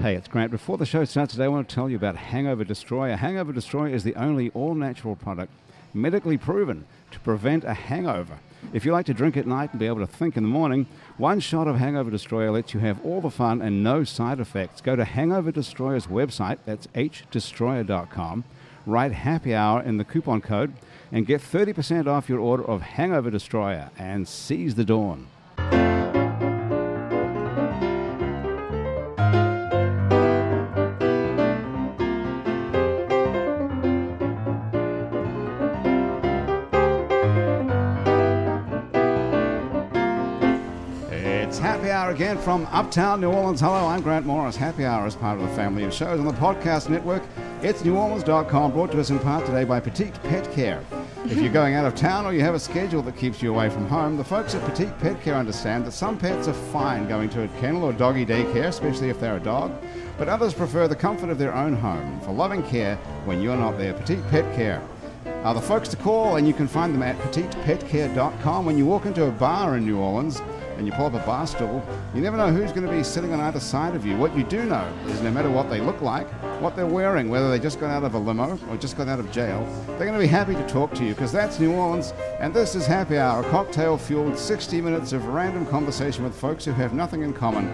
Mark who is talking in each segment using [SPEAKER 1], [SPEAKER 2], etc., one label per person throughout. [SPEAKER 1] Hey, it's Grant. Before the show starts today, I want to tell you about Hangover Destroyer. Hangover Destroyer is the only all natural product medically proven to prevent a hangover. If you like to drink at night and be able to think in the morning, one shot of Hangover Destroyer lets you have all the fun and no side effects. Go to Hangover Destroyer's website, that's hdestroyer.com, write happy hour in the coupon code, and get 30% off your order of Hangover Destroyer and seize the dawn. It's Happy Hour again from Uptown New Orleans. Hello, I'm Grant Morris. Happy Hour is part of the family of shows on the podcast network. It's neworleans.com, brought to us in part today by Petite Pet Care. If you're going out of town or you have a schedule that keeps you away from home, the folks at Petite Pet Care understand that some pets are fine going to a kennel or doggy daycare, especially if they're a dog, but others prefer the comfort of their own home for loving care when you're not there. Petite Pet Care are the folks to call, and you can find them at petitepetcare.com. When you walk into a bar in New Orleans and you pull up a bar stool, you never know who's going to be sitting on either side of you. What you do know is no matter what they look like, what they're wearing, whether they just got out of a limo or just got out of jail, they're going to be happy to talk to you because that's New Orleans, and this is Happy Hour, a cocktail fueled 60 minutes of random conversation with folks who have nothing in common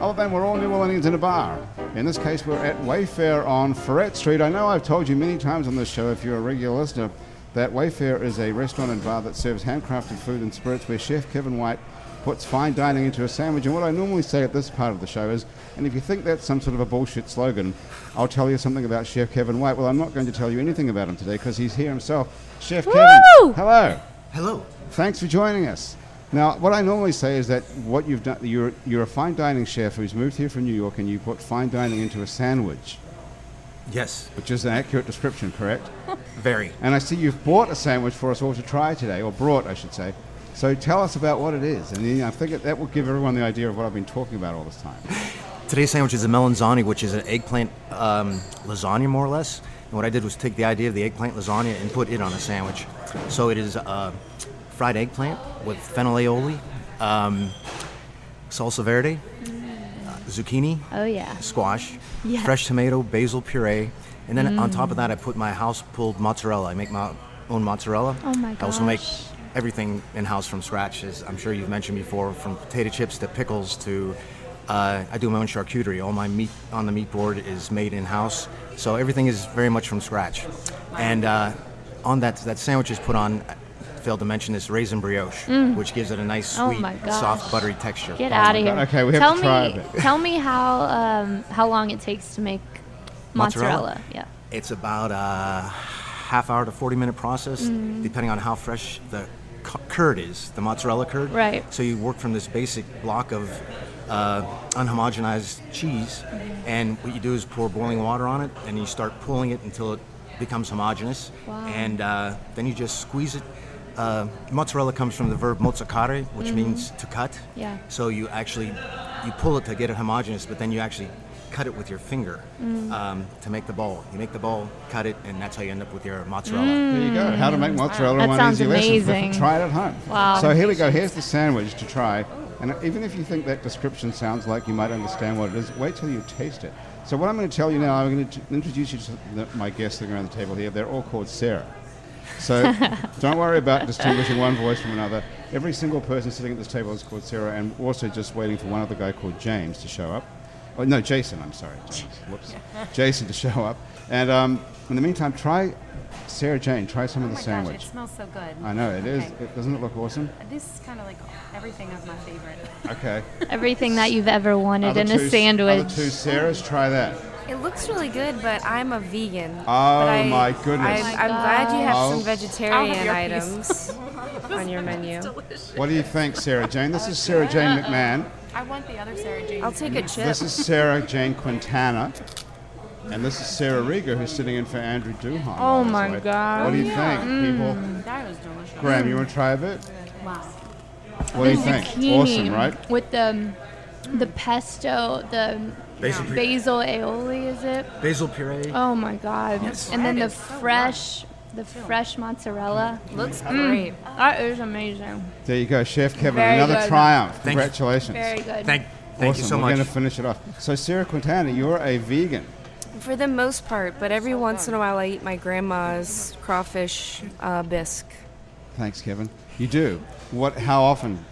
[SPEAKER 1] other than Oh, we're all New Orleanians in a bar. In this case, we're at Wayfair on Ferret Street. I know I've told you many times on this show, if you're a regular listener, that Wayfair is a restaurant and bar that serves handcrafted food and spirits where Chef Kevin White puts fine dining into a sandwich. And what I normally say at this part of the show is, and if you think that's some sort of a bullshit slogan, I'll tell you something about Chef Kevin White. Well, I'm not going to tell you anything about him today because he's here himself. Chef Kevin, hello.
[SPEAKER 2] Hello.
[SPEAKER 1] Thanks for joining us. Now, what I normally say is that what you've done, you're, you're a fine dining chef who's moved here from New York and you put fine dining into a sandwich,
[SPEAKER 2] Yes.
[SPEAKER 1] which is an accurate description, correct?
[SPEAKER 2] Very.
[SPEAKER 1] And I see you've bought a sandwich for us all to try today, or brought, I should say. So tell us about what it is. And then I think that, that will give everyone the idea of what I've been talking about all this time.
[SPEAKER 2] Today's sandwich is a melanzani, which is an eggplant um, lasagna, more or less. And what I did was take the idea of the eggplant lasagna and put it on a sandwich. So it is uh, fried eggplant with fennel aioli, um, salsa verde, uh, zucchini,
[SPEAKER 3] Oh yeah.
[SPEAKER 2] squash,
[SPEAKER 3] Yes.
[SPEAKER 2] fresh tomato, basil puree, and then on top
[SPEAKER 3] Mm.
[SPEAKER 2] of that, I put my house pulled mozzarella. I make my own mozzarella.
[SPEAKER 3] Oh my
[SPEAKER 2] I also make
[SPEAKER 3] gosh.
[SPEAKER 2] everything in house from scratch, as I'm sure you've mentioned before, from potato chips to pickles to. Uh, I do my own charcuterie. All my meat on the meat board is made in house, so everything is very much from scratch. And uh, on that, that sandwich is put on. I Failed to mention this raisin brioche, which gives it a nice,
[SPEAKER 3] Mm. Oh
[SPEAKER 2] sweet,
[SPEAKER 3] my gosh.
[SPEAKER 2] soft, buttery texture.
[SPEAKER 3] Get
[SPEAKER 2] Oh
[SPEAKER 3] out
[SPEAKER 2] my
[SPEAKER 3] of here.
[SPEAKER 1] God. Okay, we have
[SPEAKER 3] tell
[SPEAKER 1] to try a
[SPEAKER 3] me,
[SPEAKER 1] bit.
[SPEAKER 3] Tell me how um, how long it takes to make mozzarella.
[SPEAKER 2] Mozzarella?
[SPEAKER 3] Yeah.
[SPEAKER 2] It's about a half hour to 40 minute process,
[SPEAKER 3] Mm-hmm.
[SPEAKER 2] depending on how fresh the cu- curd is, the mozzarella curd.
[SPEAKER 3] Right.
[SPEAKER 2] So you work from this basic block of uh, unhomogenized cheese,
[SPEAKER 3] Mm-hmm.
[SPEAKER 2] and what you do is pour boiling water on it, and you start pulling it until it becomes homogeneous.
[SPEAKER 3] Wow.
[SPEAKER 2] And uh, then you just squeeze it. Uh, mozzarella comes from the verb mozzicare, which
[SPEAKER 3] Mm-hmm.
[SPEAKER 2] means to cut.
[SPEAKER 3] Yeah.
[SPEAKER 2] So you actually you pull it to get it homogeneous, but then you actually cut it with your finger
[SPEAKER 3] Mm.
[SPEAKER 2] um, to make the ball. You make the ball, cut it, and that's how you end up with your mozzarella.
[SPEAKER 3] Mm.
[SPEAKER 1] There you go. How to make mozzarella
[SPEAKER 3] That
[SPEAKER 1] in one
[SPEAKER 3] sounds
[SPEAKER 1] easy lesson.
[SPEAKER 3] amazing.
[SPEAKER 1] Try it at home.
[SPEAKER 3] Wow.
[SPEAKER 1] So here we go. Here's the sandwich to try. And even if you think that description sounds like you might understand what it is, wait till you taste it. So what I'm going to tell you now, I'm going to t- introduce you to the, my guests sitting around the table here. They're all called Sarah. So don't worry about distinguishing one voice from another. Every single person sitting at this table is called Sarah, and also just waiting for one other guy called James to show up. Oh, no, Jason, I'm sorry. James. Whoops. Jason to show up. And um, in the meantime, try Sarah Jane, try some of the
[SPEAKER 4] Oh my
[SPEAKER 1] sandwich.
[SPEAKER 4] Gosh, it smells so good.
[SPEAKER 1] I know it is.
[SPEAKER 4] Okay.
[SPEAKER 1] It, doesn't it look awesome?
[SPEAKER 4] This is kind of like everything of my favorite.
[SPEAKER 1] Okay.
[SPEAKER 3] Everything that you've ever wanted
[SPEAKER 1] Other
[SPEAKER 3] in
[SPEAKER 1] two-
[SPEAKER 3] a
[SPEAKER 1] Other
[SPEAKER 3] sandwich.
[SPEAKER 1] two Sarahs, try that.
[SPEAKER 4] It looks really good, but I'm a vegan. Oh
[SPEAKER 1] I- my goodness.
[SPEAKER 4] I'm,
[SPEAKER 3] Oh my
[SPEAKER 4] I'm glad you have
[SPEAKER 1] gosh.
[SPEAKER 4] some
[SPEAKER 1] I'll-
[SPEAKER 4] vegetarian items on your menu.
[SPEAKER 1] What do you think, Sarah Jane? This is Sarah Jane McMahon.
[SPEAKER 5] I want the other Sarah Jane.
[SPEAKER 4] I'll take a chip.
[SPEAKER 1] This is Sarah Jane Quintana. And this is Sarah Rieger, who's sitting in for Andrew Duhon. all this
[SPEAKER 3] Oh my
[SPEAKER 1] way.
[SPEAKER 3] God. Mm.
[SPEAKER 1] What do you think, people?
[SPEAKER 5] That was delicious.
[SPEAKER 1] Graham, you want to try a bit?
[SPEAKER 5] Wow.
[SPEAKER 1] What do you
[SPEAKER 3] the
[SPEAKER 1] think?
[SPEAKER 3] zucchini
[SPEAKER 1] Awesome, right?
[SPEAKER 3] With the the pesto, the
[SPEAKER 2] Basil puree.
[SPEAKER 3] basil aioli, is it?
[SPEAKER 2] Basil puree.
[SPEAKER 3] Oh my god!
[SPEAKER 2] Yes.
[SPEAKER 3] And then the
[SPEAKER 4] That is so
[SPEAKER 3] fresh, the fresh mozzarella.
[SPEAKER 4] looks great.
[SPEAKER 3] That is amazing.
[SPEAKER 1] There you go, Chef Kevin.
[SPEAKER 3] Very
[SPEAKER 1] Another
[SPEAKER 3] good.
[SPEAKER 1] triumph.
[SPEAKER 2] you.
[SPEAKER 1] Congratulations.
[SPEAKER 3] Very good.
[SPEAKER 2] Thank Thank
[SPEAKER 1] awesome.
[SPEAKER 2] you so
[SPEAKER 1] We're
[SPEAKER 2] much.
[SPEAKER 1] going to finish it off. So, Sarah Quintana, you're a vegan.
[SPEAKER 4] For the most part, but every once in a while I eat my grandma's crawfish uh, bisque.
[SPEAKER 1] Thanks, Kevin. You do. What? How often?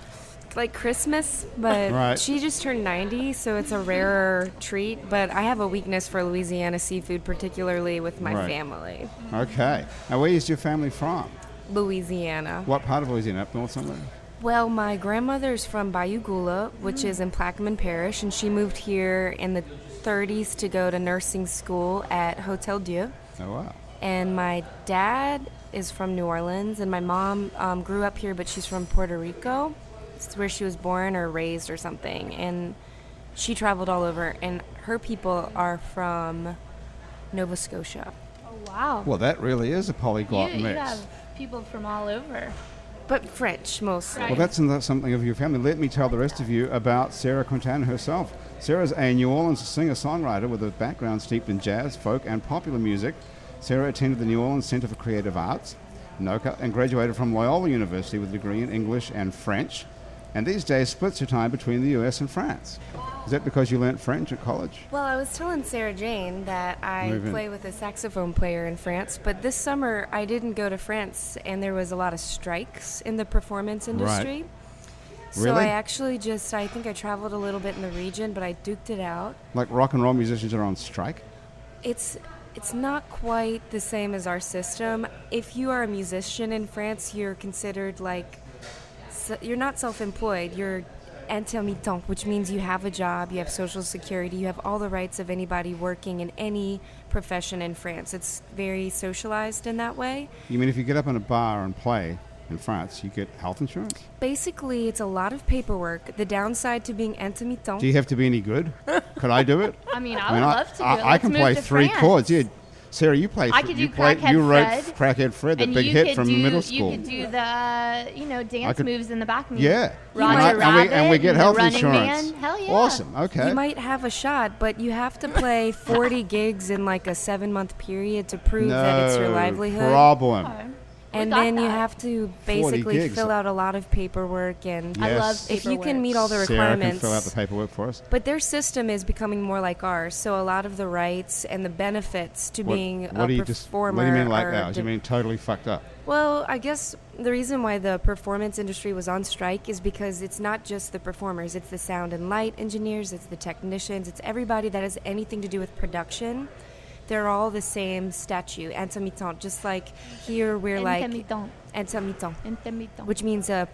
[SPEAKER 4] Like Christmas, but
[SPEAKER 1] Right.
[SPEAKER 4] she just turned 90, so it's a rarer treat. But I have a weakness for Louisiana seafood, particularly with my
[SPEAKER 1] Right.
[SPEAKER 4] family.
[SPEAKER 1] Okay. Now, where is your family from?
[SPEAKER 4] Louisiana.
[SPEAKER 1] What part of Louisiana? Up north somewhere?
[SPEAKER 4] Well, my grandmother's from Bayou Gula, which is in Plaquemine Parish, and she moved here in the 30s to go to nursing school at Hotel Dieu.
[SPEAKER 1] Oh, wow.
[SPEAKER 4] And my dad is from New Orleans, and my mom um, grew up here, but she's from Puerto Rico. It's where she was born or raised or something. And she traveled all over, and her people are from Nova Scotia.
[SPEAKER 3] Oh, wow.
[SPEAKER 1] Well, that really is a polyglot
[SPEAKER 3] you, you
[SPEAKER 1] mix.
[SPEAKER 3] have people from all over.
[SPEAKER 4] But French mostly.
[SPEAKER 1] Well, that's another- something of your family. Let me tell the rest of you about Sarah Quintana herself. Sarah's a New Orleans singer songwriter with a background steeped in jazz, folk, and popular music. Sarah attended the New Orleans Center for Creative Arts, NOCA, and graduated from Loyola University with a degree in English and French, and these days splits her time between the US and France. Is that because you learnt French at college?
[SPEAKER 4] Well, I was telling Sarah Jane that I
[SPEAKER 1] Move in.
[SPEAKER 4] play with a saxophone player in France, but this summer I didn't go to France and there was a lot of strikes in the performance industry. So
[SPEAKER 1] Really?
[SPEAKER 4] I actually just I think I traveled a little bit in the region, but I duked it out.
[SPEAKER 1] Like rock and roll musicians are on strike?
[SPEAKER 4] It's it's not quite the same as our system. If you are a musician in France, you're considered like se- you're not self-employed. You're intermittent, which means you have a job, you have social security, you have all the rights of anybody working in any profession in France. It's very socialized in that way.
[SPEAKER 1] You mean if you get up in a bar and play in France, you get health insurance?
[SPEAKER 4] Basically, it's a lot of paperwork. The downside to being intermittent.
[SPEAKER 1] Do you have to be any good? Could I do it?
[SPEAKER 3] I mean, I would love to do
[SPEAKER 1] I,
[SPEAKER 3] it.
[SPEAKER 1] I
[SPEAKER 3] Let's
[SPEAKER 1] can
[SPEAKER 3] move
[SPEAKER 1] play
[SPEAKER 3] to
[SPEAKER 1] three
[SPEAKER 3] France.
[SPEAKER 1] chords. Yeah, Sarah, you play.
[SPEAKER 3] I
[SPEAKER 1] thr-
[SPEAKER 3] could
[SPEAKER 1] you
[SPEAKER 3] do
[SPEAKER 1] played-
[SPEAKER 3] Crackhead
[SPEAKER 1] you wrote
[SPEAKER 3] Fred.
[SPEAKER 1] Crackhead Fred, the
[SPEAKER 3] and
[SPEAKER 1] big
[SPEAKER 3] you
[SPEAKER 1] hit
[SPEAKER 3] could
[SPEAKER 1] from
[SPEAKER 3] do,
[SPEAKER 1] middle school.
[SPEAKER 3] You could do the, you know, dance
[SPEAKER 1] could-
[SPEAKER 3] moves in the back. music.
[SPEAKER 1] yeah,
[SPEAKER 3] Roger
[SPEAKER 1] and, I- and
[SPEAKER 3] Rabbit
[SPEAKER 1] we, and we get
[SPEAKER 3] the
[SPEAKER 1] health
[SPEAKER 3] Running
[SPEAKER 1] insurance.
[SPEAKER 3] Man. Hell yeah.
[SPEAKER 1] Awesome. Okay.
[SPEAKER 4] You might have a shot, but you have to play 40 gigs in like a seven month period to prove
[SPEAKER 1] no
[SPEAKER 4] that it's your livelihood.
[SPEAKER 1] problem.
[SPEAKER 3] We
[SPEAKER 4] and
[SPEAKER 3] got
[SPEAKER 4] then you
[SPEAKER 3] that.
[SPEAKER 4] have to
[SPEAKER 1] 40
[SPEAKER 4] basically
[SPEAKER 1] gigs.
[SPEAKER 4] fill out a lot of paperwork and
[SPEAKER 1] Yeah.
[SPEAKER 3] I
[SPEAKER 1] Yes.
[SPEAKER 3] love
[SPEAKER 4] if you can
[SPEAKER 3] paperwork.
[SPEAKER 4] meet all the
[SPEAKER 1] Sarah can
[SPEAKER 4] requirements.
[SPEAKER 1] fill out the paperwork for us.
[SPEAKER 4] but their system is becoming more like ours, so a lot of the rights and the benefits to
[SPEAKER 1] What,
[SPEAKER 4] being
[SPEAKER 1] what do
[SPEAKER 4] a
[SPEAKER 1] you just? What
[SPEAKER 4] performer
[SPEAKER 1] do you mean like
[SPEAKER 4] are
[SPEAKER 1] that? Do you
[SPEAKER 4] de-
[SPEAKER 1] mean totally fucked up?
[SPEAKER 4] well, I guess the reason why the performance industry was on strike is because it's not just the performers, it's the sound and light engineers, it's the technicians, it's everybody that has anything to do with production. They're all the same statue, intermittent, just like here we're like
[SPEAKER 3] Intermittent.
[SPEAKER 4] intermittent,
[SPEAKER 3] Intermittent.
[SPEAKER 4] which means a
[SPEAKER 1] Sarah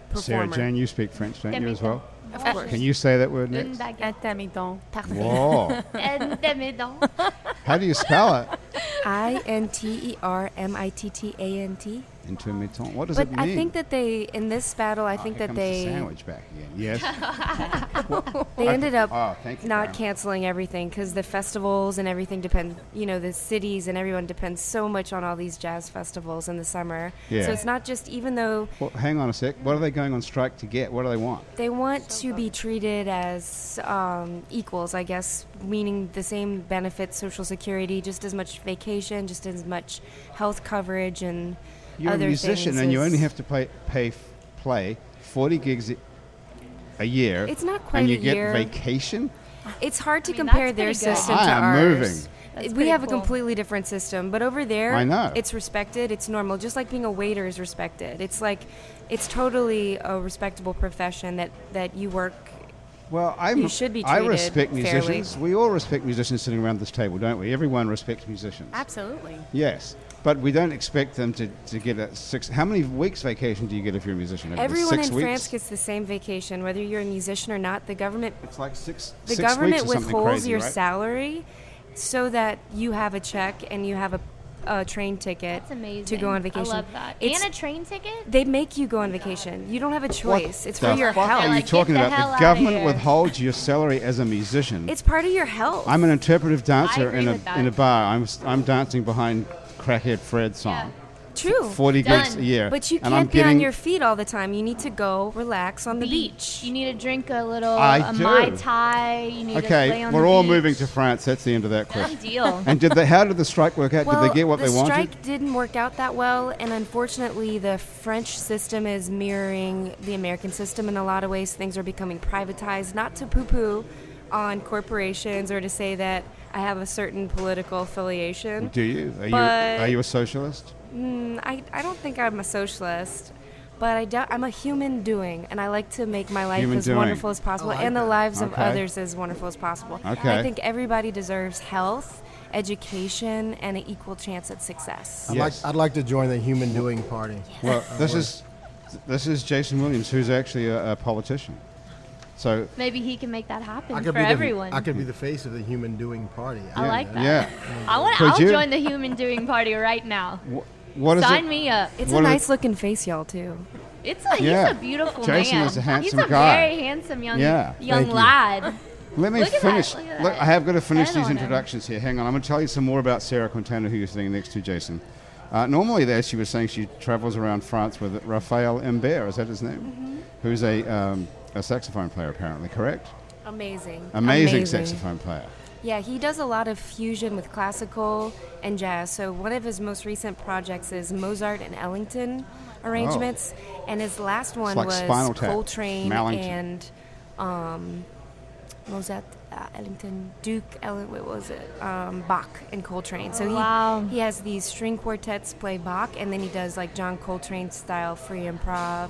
[SPEAKER 4] performer.
[SPEAKER 1] Jane, you speak French, don't you as well?
[SPEAKER 4] Of course.
[SPEAKER 1] Can you say that word
[SPEAKER 3] Une
[SPEAKER 1] next?
[SPEAKER 3] baguette.
[SPEAKER 1] Whoa!
[SPEAKER 3] Intermittent.
[SPEAKER 1] How do you spell it?
[SPEAKER 4] I N T E R M I T T A N T.
[SPEAKER 1] Intermittent. What does
[SPEAKER 4] But
[SPEAKER 1] it mean?
[SPEAKER 4] I think that they, in this battle, I
[SPEAKER 1] Oh,
[SPEAKER 4] think
[SPEAKER 1] here
[SPEAKER 4] that
[SPEAKER 1] comes the
[SPEAKER 4] they
[SPEAKER 1] sandwich back again. Yes.
[SPEAKER 4] they ended up
[SPEAKER 1] Oh, thank you,
[SPEAKER 4] not
[SPEAKER 1] Karen.
[SPEAKER 4] canceling everything because the festivals and everything depend. You know, the cities and everyone depends so much on all these jazz festivals in the summer.
[SPEAKER 1] Yeah.
[SPEAKER 4] So it's not just even though
[SPEAKER 1] Well, hang on a sec. What are they going on strike to get? What do they want?
[SPEAKER 4] they want to be treated as um, equals, I guess, meaning the same benefits, social security, just as much vacation, just as much health coverage, and
[SPEAKER 1] You're
[SPEAKER 4] other
[SPEAKER 1] a musician
[SPEAKER 4] things
[SPEAKER 1] and you
[SPEAKER 4] is-
[SPEAKER 1] only have to play, pay, f- play 40 gigs i- a year.
[SPEAKER 4] It's not quite
[SPEAKER 1] And you
[SPEAKER 4] a
[SPEAKER 1] get
[SPEAKER 4] year.
[SPEAKER 1] vacation?
[SPEAKER 4] It's hard to
[SPEAKER 3] mean,
[SPEAKER 4] compare
[SPEAKER 3] that's
[SPEAKER 4] their
[SPEAKER 3] pretty good.
[SPEAKER 4] system
[SPEAKER 1] I
[SPEAKER 4] to
[SPEAKER 1] am
[SPEAKER 4] ours.
[SPEAKER 1] moving.
[SPEAKER 3] That's
[SPEAKER 4] we
[SPEAKER 3] pretty
[SPEAKER 4] have
[SPEAKER 3] cool.
[SPEAKER 4] a completely different system, but over there,
[SPEAKER 1] I know.
[SPEAKER 4] it's respected. It's normal, just like being a waiter is respected. It's like, it's totally a respectable profession that that you work.
[SPEAKER 1] Well, I'm,
[SPEAKER 4] You should be
[SPEAKER 1] I
[SPEAKER 4] treated
[SPEAKER 1] respect
[SPEAKER 4] fairly.
[SPEAKER 1] musicians. We all respect musicians sitting around this table, don't we? Everyone respects musicians.
[SPEAKER 5] Absolutely.
[SPEAKER 1] Yes. But we don't expect them to, to get a six. How many weeks vacation do you get if you're a musician? Over the
[SPEAKER 4] Everyone
[SPEAKER 1] six
[SPEAKER 4] in
[SPEAKER 1] weeks?
[SPEAKER 4] France gets the same vacation, whether you're a musician or not. The government,
[SPEAKER 1] It's like six.
[SPEAKER 4] the
[SPEAKER 1] six weeks
[SPEAKER 4] government
[SPEAKER 1] or something
[SPEAKER 4] withholds
[SPEAKER 1] crazy,
[SPEAKER 4] your
[SPEAKER 1] right?
[SPEAKER 4] salary, so that you have a check and you have a, a train ticket
[SPEAKER 3] That's amazing.
[SPEAKER 4] to go on vacation.
[SPEAKER 3] I love that.
[SPEAKER 4] It's-
[SPEAKER 3] and a Oh train ticket?
[SPEAKER 4] they make you go on vacation. You don't have a
[SPEAKER 1] What
[SPEAKER 4] choice. It's
[SPEAKER 1] the
[SPEAKER 4] for your
[SPEAKER 1] fuck
[SPEAKER 4] health.
[SPEAKER 1] are you
[SPEAKER 3] Like, get
[SPEAKER 1] talking
[SPEAKER 3] the hell
[SPEAKER 1] about? The
[SPEAKER 3] outta
[SPEAKER 1] government
[SPEAKER 3] here.
[SPEAKER 1] withholds your salary as a musician.
[SPEAKER 4] It's part of your health.
[SPEAKER 1] I'm an interpretive dancer
[SPEAKER 3] agree
[SPEAKER 1] in a
[SPEAKER 3] with that.
[SPEAKER 1] in a bar. I'm s- I'm dancing behind Crackhead Fred's song.
[SPEAKER 4] True.
[SPEAKER 1] Forty
[SPEAKER 3] Done.
[SPEAKER 1] gigs a year,
[SPEAKER 4] But you
[SPEAKER 1] and I'm
[SPEAKER 4] can't be
[SPEAKER 1] getting-
[SPEAKER 4] on your feet all the time. You need to go relax on the beach.
[SPEAKER 3] You need to drink a little
[SPEAKER 1] I
[SPEAKER 3] a
[SPEAKER 1] do.
[SPEAKER 3] mai tai. You need to lay
[SPEAKER 1] Okay,
[SPEAKER 3] on
[SPEAKER 1] we're
[SPEAKER 3] the
[SPEAKER 1] all
[SPEAKER 3] beach.
[SPEAKER 1] moving to France. That's the end of that
[SPEAKER 3] Done
[SPEAKER 1] question.
[SPEAKER 3] deal.
[SPEAKER 1] and did they? How did the strike work out?
[SPEAKER 4] well,
[SPEAKER 1] did they get what
[SPEAKER 4] the
[SPEAKER 1] they wanted?
[SPEAKER 4] strike didn't work out that well, and unfortunately, the French system is mirroring the American system in a lot of ways. Things are becoming privatized. Not to poo-poo on corporations or to say that I have a certain political affiliation.
[SPEAKER 1] Do you? Are you
[SPEAKER 4] But-
[SPEAKER 1] are you a socialist?
[SPEAKER 4] Mm, I, I don't think I'm a socialist, but I do, I'm a human doing, and I like to make my life
[SPEAKER 1] Human
[SPEAKER 4] as
[SPEAKER 1] doing.
[SPEAKER 4] wonderful as possible
[SPEAKER 2] I like
[SPEAKER 4] and the
[SPEAKER 2] that.
[SPEAKER 4] lives of
[SPEAKER 1] Okay.
[SPEAKER 4] others as wonderful as possible. And
[SPEAKER 1] Okay.
[SPEAKER 4] I think everybody deserves health, education, and an equal chance at success.
[SPEAKER 5] I'd,
[SPEAKER 1] Yes.
[SPEAKER 5] like, I'd like to join the human doing party.
[SPEAKER 1] Well, this
[SPEAKER 5] well.
[SPEAKER 1] is this is Jason Williams, who's actually a, a politician. So
[SPEAKER 3] Maybe he can make that happen for
[SPEAKER 5] be the,
[SPEAKER 3] everyone.
[SPEAKER 5] I could be the face of the human doing party.
[SPEAKER 3] I like that.
[SPEAKER 1] yeah,
[SPEAKER 3] I want.
[SPEAKER 1] Could
[SPEAKER 3] I'll
[SPEAKER 1] you?
[SPEAKER 3] join the human doing party right now.
[SPEAKER 1] Wh- what is
[SPEAKER 3] Sign
[SPEAKER 1] it?
[SPEAKER 3] me up.
[SPEAKER 4] It's
[SPEAKER 1] What
[SPEAKER 4] a
[SPEAKER 1] are the-
[SPEAKER 4] nice looking face, y'all, too.
[SPEAKER 3] It's a
[SPEAKER 1] Yeah.
[SPEAKER 3] he's a beautiful
[SPEAKER 1] Jason
[SPEAKER 3] man.
[SPEAKER 1] is a handsome
[SPEAKER 3] he's a
[SPEAKER 1] guy.
[SPEAKER 3] very handsome young
[SPEAKER 1] Yeah.
[SPEAKER 3] young
[SPEAKER 5] Thank you.
[SPEAKER 3] lad.
[SPEAKER 1] Let me
[SPEAKER 3] Look at that,
[SPEAKER 1] finish.
[SPEAKER 3] look at that.
[SPEAKER 1] I have got to finish
[SPEAKER 3] Stand
[SPEAKER 1] these
[SPEAKER 3] on him.
[SPEAKER 1] introductions here. Hang on, I'm going to tell you some more about Sarah Quintana, who you're sitting next to, Jason. Uh, normally, there she was saying she travels around France with Raphael Imbert. Is that his name?
[SPEAKER 3] Mm-hmm.
[SPEAKER 1] Who's a um, a saxophone player, apparently. Correct.
[SPEAKER 4] Amazing.
[SPEAKER 1] Amazing, saxophone player.
[SPEAKER 4] Yeah, he does a lot of fusion with classical and jazz. So one of his most recent projects is Mozart and Ellington arrangements, and his last one
[SPEAKER 1] Oh. like
[SPEAKER 4] was
[SPEAKER 1] Spinal Tap,
[SPEAKER 4] Coltrane
[SPEAKER 1] Mallington.
[SPEAKER 4] and um, Mozart, uh, Ellington, Duke, Ellen, what was it? Um, Bach and Coltrane. So he
[SPEAKER 3] Wow.
[SPEAKER 4] he has these string quartets play Bach, and then he does like John Coltrane style free improv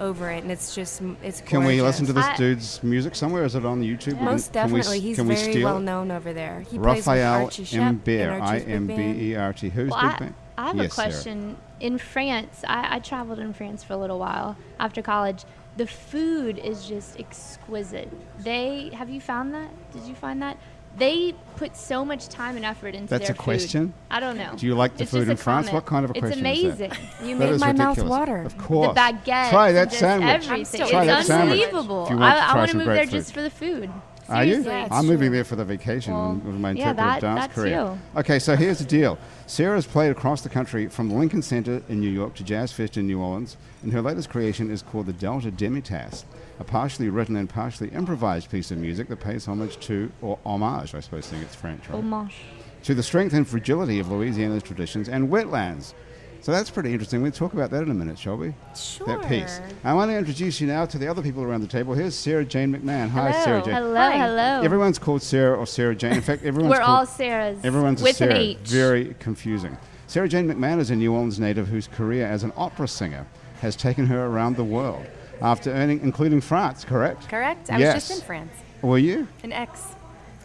[SPEAKER 4] over it, and it's just it's.
[SPEAKER 1] Can we listen to
[SPEAKER 4] gorgeous.
[SPEAKER 1] this
[SPEAKER 3] I-
[SPEAKER 1] dude's music somewhere? Is it on YouTube? We can-
[SPEAKER 4] Most
[SPEAKER 1] can we s-
[SPEAKER 4] definitely, he's
[SPEAKER 1] can we
[SPEAKER 4] very
[SPEAKER 1] steal
[SPEAKER 4] well
[SPEAKER 1] it?
[SPEAKER 4] known over there. He
[SPEAKER 1] Raphael
[SPEAKER 4] plays with Archie Shepp in
[SPEAKER 1] Imbert, I
[SPEAKER 4] Archie's Big
[SPEAKER 1] M B
[SPEAKER 4] Band.
[SPEAKER 1] E R T. Who's
[SPEAKER 3] Well,
[SPEAKER 1] Big
[SPEAKER 3] I,
[SPEAKER 1] Bang?
[SPEAKER 3] I have
[SPEAKER 1] yes,
[SPEAKER 3] a
[SPEAKER 1] Sarah.
[SPEAKER 3] question. In France, I, I traveled in France for a little while after college. The food is just exquisite. They have you found that? Did you find that? They put so much time and effort into
[SPEAKER 1] That's
[SPEAKER 3] their
[SPEAKER 1] a question?
[SPEAKER 3] Food. I don't know.
[SPEAKER 1] Do you like the
[SPEAKER 3] It's
[SPEAKER 1] food
[SPEAKER 3] just
[SPEAKER 1] in
[SPEAKER 3] a
[SPEAKER 1] France?
[SPEAKER 3] comment.
[SPEAKER 1] What kind of a question is
[SPEAKER 3] It's
[SPEAKER 1] that?
[SPEAKER 3] amazing.
[SPEAKER 4] You
[SPEAKER 1] That
[SPEAKER 4] made
[SPEAKER 1] is
[SPEAKER 4] my mouth
[SPEAKER 1] ridiculous.
[SPEAKER 4] water.
[SPEAKER 1] Of course.
[SPEAKER 3] The baguettes.
[SPEAKER 1] Try that
[SPEAKER 3] and just
[SPEAKER 1] sandwich.
[SPEAKER 3] Everything.
[SPEAKER 4] Try that
[SPEAKER 3] it's
[SPEAKER 4] sandwich
[SPEAKER 3] unbelievable.
[SPEAKER 1] if you want to
[SPEAKER 3] I, I
[SPEAKER 1] try
[SPEAKER 3] want
[SPEAKER 1] some
[SPEAKER 3] to move
[SPEAKER 1] great
[SPEAKER 3] there
[SPEAKER 1] food.
[SPEAKER 3] just for the food.
[SPEAKER 1] Are you?
[SPEAKER 3] Seriously.
[SPEAKER 1] I'm moving there for the vacation
[SPEAKER 3] Well,
[SPEAKER 1] with my
[SPEAKER 3] yeah,
[SPEAKER 1] interpretive
[SPEAKER 3] that-
[SPEAKER 1] dance
[SPEAKER 3] that's
[SPEAKER 1] career. Okay, so here's the deal. Sarah's played across the country from the Lincoln Center in New York to Jazz Fest in New Orleans, and her latest creation is called the Delta Demitasse, a partially written and partially improvised piece of music that pays homage to, or homage, I suppose, think it's French, right?
[SPEAKER 3] Oh, mosh.
[SPEAKER 1] to the strength and fragility of Louisiana's traditions and wetlands. So that's pretty interesting. We'll talk about that in a minute, shall we?
[SPEAKER 4] Sure.
[SPEAKER 1] That piece. I want to introduce you now to the other people around the table. Here's Sarah Jane McMahon. Hi, Sarah Jane.
[SPEAKER 3] Oh, Hello,
[SPEAKER 4] Hi.
[SPEAKER 3] hello.
[SPEAKER 1] Everyone's called Sarah or Sarah Jane. In fact, everyone's
[SPEAKER 3] We're
[SPEAKER 1] called,
[SPEAKER 3] all Sarahs.
[SPEAKER 1] everyone's a
[SPEAKER 3] with
[SPEAKER 1] Sarah.
[SPEAKER 3] an H.
[SPEAKER 1] Very confusing. Sarah Jane McMahon is a New Orleans native whose career as an opera singer has taken her around the world after earning, including France, correct?
[SPEAKER 6] Correct. I
[SPEAKER 1] yes.
[SPEAKER 6] was just in France,
[SPEAKER 1] Were you?
[SPEAKER 6] in Aix,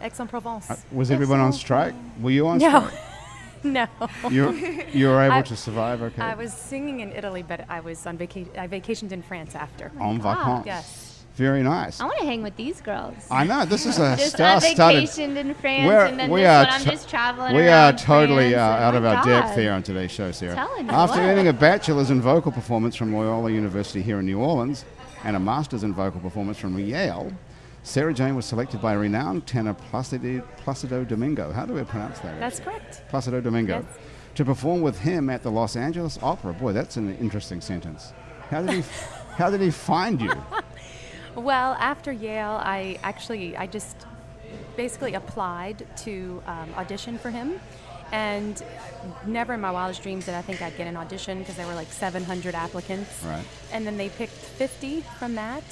[SPEAKER 6] Aix-en-Provence.
[SPEAKER 1] Was everyone on strike? Were you on
[SPEAKER 6] no,
[SPEAKER 1] strike?
[SPEAKER 6] no.
[SPEAKER 1] You, you were able
[SPEAKER 6] I-
[SPEAKER 1] to survive, okay.
[SPEAKER 6] I was singing in Italy, but I was on vacation. I vacationed in France after.
[SPEAKER 1] on
[SPEAKER 3] God.
[SPEAKER 1] vacances.
[SPEAKER 6] Yes.
[SPEAKER 1] Very nice.
[SPEAKER 3] I want to hang with these girls.
[SPEAKER 1] I know, this is a
[SPEAKER 3] Oh. Just
[SPEAKER 1] star
[SPEAKER 3] I
[SPEAKER 1] studded.
[SPEAKER 3] vacationed in France,
[SPEAKER 1] We're-
[SPEAKER 3] and then
[SPEAKER 1] we
[SPEAKER 3] this
[SPEAKER 1] are
[SPEAKER 3] one I'm
[SPEAKER 1] to-
[SPEAKER 3] just traveling
[SPEAKER 1] We are
[SPEAKER 3] around
[SPEAKER 1] totally
[SPEAKER 3] France,
[SPEAKER 1] uh,
[SPEAKER 3] and-
[SPEAKER 1] out of
[SPEAKER 3] my
[SPEAKER 1] our depth
[SPEAKER 3] God.
[SPEAKER 1] here on today's show, Sarah.
[SPEAKER 3] Telling you
[SPEAKER 1] After
[SPEAKER 3] what.
[SPEAKER 1] earning a bachelor's in vocal performance from Loyola University here in New Orleans and a master's in vocal performance from Yale, Sarah Jane was selected by renowned tenor Placido, Placido Domingo. How do we pronounce that?
[SPEAKER 6] That's
[SPEAKER 1] actually?
[SPEAKER 6] correct.
[SPEAKER 1] Placido Domingo.
[SPEAKER 6] Yes.
[SPEAKER 1] To perform with him at the Los Angeles Opera. Boy, that's an interesting sentence. How did he? how did he find you?
[SPEAKER 6] Well, after Yale, I actually I just basically applied to um, audition for him, and never in my wildest dreams did I think I'd get an audition because there were like 700 applicants.
[SPEAKER 1] Right.
[SPEAKER 6] And then they picked 50 from that,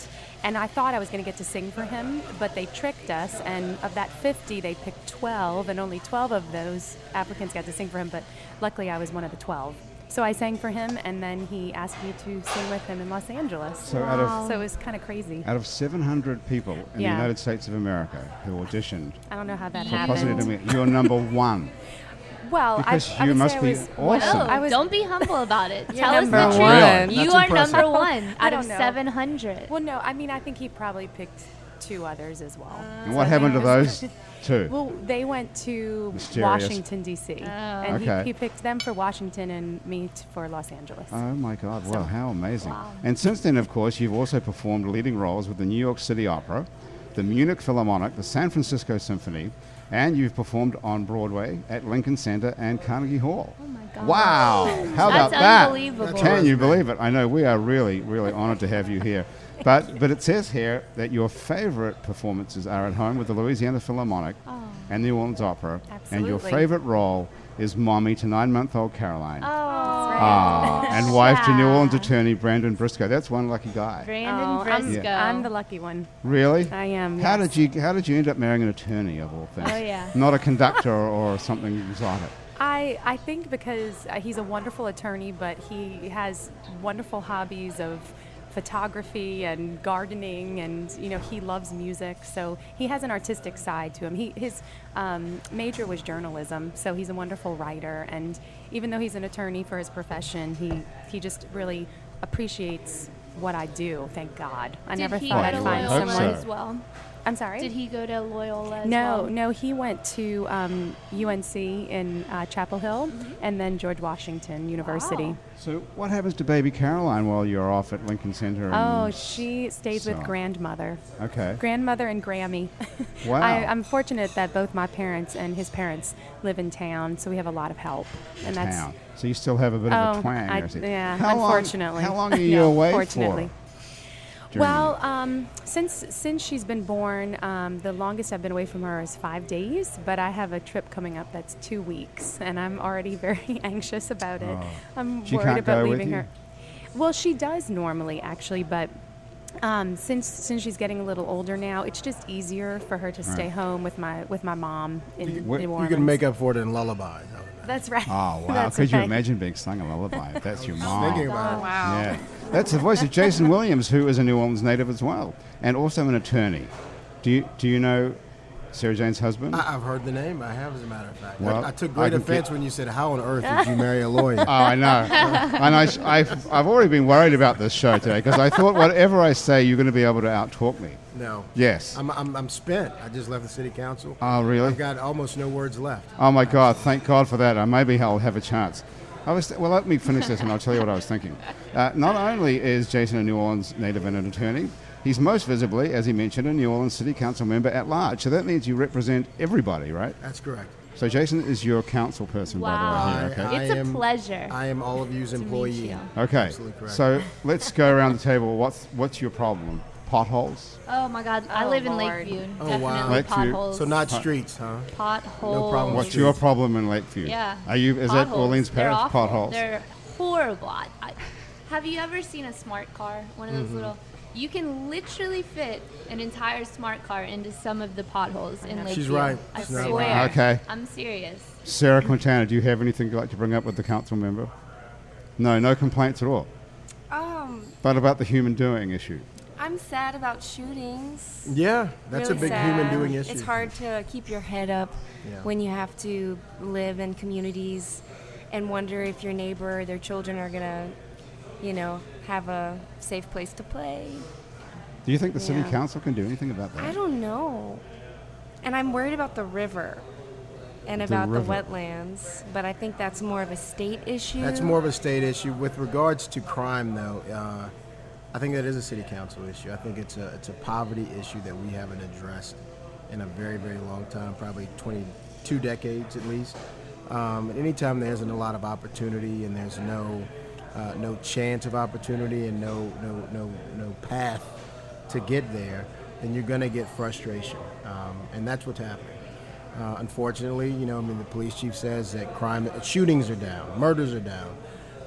[SPEAKER 6] and I thought I was going to get to sing for him, but they tricked us. And of that 50, they picked 12, and only 12 of those applicants got to sing for him. But luckily, I was one of the 12. So I sang for him, and then he asked me to sing with him in Los Angeles.
[SPEAKER 1] So out of
[SPEAKER 6] So it was kind of crazy.
[SPEAKER 1] Out of 700 people in
[SPEAKER 6] Yeah.
[SPEAKER 1] the United States of America who auditioned
[SPEAKER 6] I don't know how that
[SPEAKER 1] for Positive
[SPEAKER 6] happened.
[SPEAKER 1] Domingo, you're number one.
[SPEAKER 6] Well,
[SPEAKER 1] Because
[SPEAKER 6] I, I
[SPEAKER 1] you
[SPEAKER 6] would
[SPEAKER 1] must
[SPEAKER 6] say I
[SPEAKER 1] be
[SPEAKER 6] was
[SPEAKER 1] awesome.
[SPEAKER 3] No,
[SPEAKER 6] I was,
[SPEAKER 3] don't be humble about it. Tell us
[SPEAKER 4] number
[SPEAKER 3] the truth.
[SPEAKER 1] one.
[SPEAKER 3] You
[SPEAKER 5] That's
[SPEAKER 3] are
[SPEAKER 5] impressive.
[SPEAKER 3] number one
[SPEAKER 6] I
[SPEAKER 3] out of
[SPEAKER 6] don't know.
[SPEAKER 3] 700.
[SPEAKER 6] Well, no, I mean I think he probably picked two others as well.
[SPEAKER 1] And what happened to those two?
[SPEAKER 6] Well, they went to
[SPEAKER 1] Mysterious.
[SPEAKER 6] Washington D.C. and
[SPEAKER 1] Okay.
[SPEAKER 6] he, he picked them for Washington and me t- for Los Angeles.
[SPEAKER 1] Oh my God, wow, how amazing. And since then, of course, you've also performed leading roles with the New York City Opera, the Munich Philharmonic, the San Francisco Symphony, and you've performed on Broadway at Lincoln Center and Carnegie Hall. Oh
[SPEAKER 3] my God.
[SPEAKER 1] Wow, how
[SPEAKER 3] That's
[SPEAKER 1] about that?
[SPEAKER 3] unbelievable. That's
[SPEAKER 1] Can you
[SPEAKER 5] amazing.
[SPEAKER 1] believe it? I know we are really, really honored to have you here. But, but it says here that your favorite performances are at home with the Louisiana Philharmonic
[SPEAKER 3] Oh.
[SPEAKER 1] and the New Orleans Opera. And your
[SPEAKER 6] Absolutely.
[SPEAKER 1] favorite role is Mommy to Nine Month Old Caroline.
[SPEAKER 3] Oh,
[SPEAKER 1] Ah, and wife to New Orleans attorney Brandon Briscoe. That's one lucky guy.
[SPEAKER 3] Brandon
[SPEAKER 6] Oh, I'm,
[SPEAKER 3] Briscoe.
[SPEAKER 6] I'm the lucky one.
[SPEAKER 1] Really?
[SPEAKER 6] I am,
[SPEAKER 1] How
[SPEAKER 6] yes.
[SPEAKER 1] did you How did you end up marrying an attorney of all things?
[SPEAKER 3] Oh, yeah.
[SPEAKER 1] Not a conductor or something exotic.
[SPEAKER 6] I, I think because uh, he's a wonderful attorney, but he has wonderful hobbies of photography and gardening, and you know he loves music, so he has an artistic side to him. He his um, major was journalism, so he's a wonderful writer, and even though he's an attorney for his profession, he he just really appreciates what I do. Thank God, I
[SPEAKER 3] Did
[SPEAKER 6] never
[SPEAKER 3] he
[SPEAKER 6] thought
[SPEAKER 3] go
[SPEAKER 6] I'd
[SPEAKER 3] to
[SPEAKER 6] find
[SPEAKER 1] Hope
[SPEAKER 3] Loyola
[SPEAKER 1] so.
[SPEAKER 6] someone.
[SPEAKER 3] as well?
[SPEAKER 6] I'm sorry.
[SPEAKER 3] Did he go to Loyola? As
[SPEAKER 6] No,
[SPEAKER 3] well?
[SPEAKER 6] no, he went to um, UNC in uh, Chapel Hill and then George Washington University.
[SPEAKER 3] Mm-hmm. Wow.
[SPEAKER 1] So, what happens to baby Caroline while you're off at Lincoln Center?
[SPEAKER 6] Oh,
[SPEAKER 1] and-
[SPEAKER 6] she stays
[SPEAKER 1] Mm. So-
[SPEAKER 6] with grandmother.
[SPEAKER 1] Okay.
[SPEAKER 6] Grandmother and Grammy.
[SPEAKER 1] Wow.
[SPEAKER 6] I, I'm fortunate that both my parents and his parents live in town, so we have a lot of help. And that's
[SPEAKER 1] town. So you still have a bit of a
[SPEAKER 6] Oh,
[SPEAKER 1] twang.
[SPEAKER 6] I-
[SPEAKER 1] I see.
[SPEAKER 6] yeah,
[SPEAKER 1] How long-
[SPEAKER 6] unfortunately.
[SPEAKER 1] how long are
[SPEAKER 6] No,
[SPEAKER 1] you away
[SPEAKER 6] fortunately.
[SPEAKER 1] for?
[SPEAKER 6] Well, um, since since she's been born, um, the longest I've been away from her is five days. But I have a trip coming up that's two weeks, and I'm already very anxious about it.
[SPEAKER 1] Oh.
[SPEAKER 6] I'm
[SPEAKER 1] She
[SPEAKER 6] worried
[SPEAKER 1] can't
[SPEAKER 6] about
[SPEAKER 1] go with
[SPEAKER 6] leaving
[SPEAKER 1] you?
[SPEAKER 6] her. Well, she does normally, actually, but um, since since she's getting a little older now, it's just easier for her to stay
[SPEAKER 1] Right.
[SPEAKER 6] home with my with my mom in
[SPEAKER 1] You- what-
[SPEAKER 6] New
[SPEAKER 1] you
[SPEAKER 6] Orleans.
[SPEAKER 5] You can make up for it in lullaby. I would imagine.
[SPEAKER 6] That's right.
[SPEAKER 1] Oh wow!
[SPEAKER 6] That's
[SPEAKER 1] Could you
[SPEAKER 6] right.
[SPEAKER 1] imagine being sung a lullaby? if That's your mom.
[SPEAKER 5] Thinking
[SPEAKER 3] Oh,
[SPEAKER 5] about it.
[SPEAKER 7] Wow.
[SPEAKER 1] Yeah. That's the voice of Jason Williams, who is a New Orleans native as well, and also an attorney. Do you, do you know Sarah Jane's husband?
[SPEAKER 5] I, I've heard the name. I have, as a matter of fact. I-
[SPEAKER 1] Well,
[SPEAKER 5] I, took
[SPEAKER 1] I
[SPEAKER 5] great
[SPEAKER 1] can
[SPEAKER 5] offense
[SPEAKER 1] get-
[SPEAKER 5] when you said, "How on earth did you marry a lawyer?"
[SPEAKER 1] Oh, I know. and I, have I've already been worried about this show today because I thought whatever I say, you're going to be able to outtalk me.
[SPEAKER 5] no.
[SPEAKER 1] Yes.
[SPEAKER 5] I'm, I'm, I'm spent. I just left the city council.
[SPEAKER 1] Oh, really?
[SPEAKER 5] I've got almost no words left.
[SPEAKER 1] Oh my God! Thank God for that. I maybe I'll have a chance. I was well. Let me finish this, and I'll tell you what I was thinking. Uh, not only is Jason a New Orleans native and an attorney, he's most visibly, as he mentioned, a New Orleans City Council member at large. So that means you represent everybody, right?
[SPEAKER 5] That's correct.
[SPEAKER 1] So Jason is your council person, by
[SPEAKER 3] Wow.
[SPEAKER 1] the way. Here,
[SPEAKER 5] I-
[SPEAKER 1] okay.
[SPEAKER 5] I
[SPEAKER 3] It's a
[SPEAKER 5] am-
[SPEAKER 3] pleasure.
[SPEAKER 5] I am all of you's
[SPEAKER 3] meet
[SPEAKER 5] employee.
[SPEAKER 3] you.
[SPEAKER 1] Okay.
[SPEAKER 5] Absolutely correct.
[SPEAKER 1] So let's go around the table. What's what's your problem? Potholes.
[SPEAKER 3] Oh my God! I
[SPEAKER 6] Oh,
[SPEAKER 3] live in
[SPEAKER 6] Lord.
[SPEAKER 3] Lakeview.
[SPEAKER 5] Oh,
[SPEAKER 3] Definitely
[SPEAKER 5] wow.
[SPEAKER 1] Lakeview.
[SPEAKER 3] potholes.
[SPEAKER 5] so not streets, huh?
[SPEAKER 3] potholes.
[SPEAKER 5] problem.
[SPEAKER 1] What's
[SPEAKER 5] Sure.
[SPEAKER 1] your problem in Lakeview?
[SPEAKER 3] Yeah.
[SPEAKER 1] Are you is that
[SPEAKER 3] Potholes.
[SPEAKER 1] Orleans
[SPEAKER 3] They're
[SPEAKER 1] Parish
[SPEAKER 3] awful.
[SPEAKER 1] potholes?
[SPEAKER 3] They're horrible. I, I- have you ever seen a smart car? One of
[SPEAKER 1] Mm-hmm.
[SPEAKER 3] those little. You can literally fit an entire smart car into some of the potholes in Lakeview.
[SPEAKER 5] She's right.
[SPEAKER 3] I
[SPEAKER 5] She's not
[SPEAKER 3] swear.
[SPEAKER 5] lying.
[SPEAKER 1] Okay.
[SPEAKER 3] I'm serious.
[SPEAKER 1] Sarah Quintana, do you have anything you'd like to bring up with the council member? No, no complaints at all.
[SPEAKER 4] Um,
[SPEAKER 1] But about the human doing issue.
[SPEAKER 4] I'm sad about shootings.
[SPEAKER 5] Yeah, that's
[SPEAKER 4] Really
[SPEAKER 5] a big
[SPEAKER 4] sad.
[SPEAKER 5] human doing issue.
[SPEAKER 4] It's hard to keep your head up
[SPEAKER 5] Yeah.
[SPEAKER 4] when you have to live in communities and wonder if your neighbor or their children are gonna, you know, have a safe place to play.
[SPEAKER 1] Do you think the city
[SPEAKER 4] Yeah.
[SPEAKER 1] council can do anything about that?
[SPEAKER 4] I don't know. And I'm worried about the river and
[SPEAKER 1] The
[SPEAKER 4] about
[SPEAKER 1] river.
[SPEAKER 4] the wetlands, but I think that's more of a state issue.
[SPEAKER 5] That's more of a state issue. With regards to crime, though, uh, I think that is a city council issue. I think it's a it's a poverty issue that we haven't addressed in a very very long time, probably 22 decades at least. Um, and anytime there isn't a lot of opportunity and there's no uh, no chance of opportunity and no no no no path to get there, then you're going to get frustration, um, and that's what's happening. Uh, unfortunately, you know, I mean, the police chief says that crime, shootings are down, murders are down,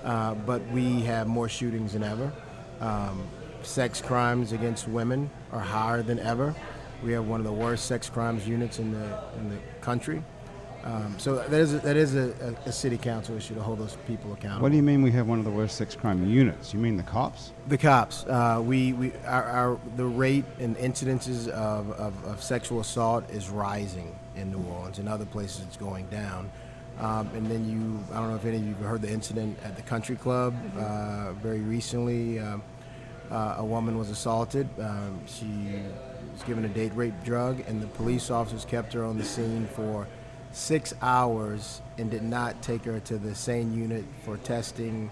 [SPEAKER 5] uh, but we have more shootings than ever. Um, sex crimes against women are higher than ever. We have one of the worst sex crimes units in the in the country. Um, so that is a, that is a, a, a city council issue to hold those people accountable.
[SPEAKER 1] What do you mean we have one of the worst sex crime units? You mean the cops?
[SPEAKER 5] The cops. Uh, we we our, our the rate and incidences of, of, of sexual assault is rising in New Orleans. In other places, it's going down. Um, and then you, I don't know if any of you have heard the incident at the Country Club uh, very recently. Um, uh, a woman was assaulted. Um, she was given a date rape drug, and the police officers kept her on the scene for six hours and did not take her to the sane unit for testing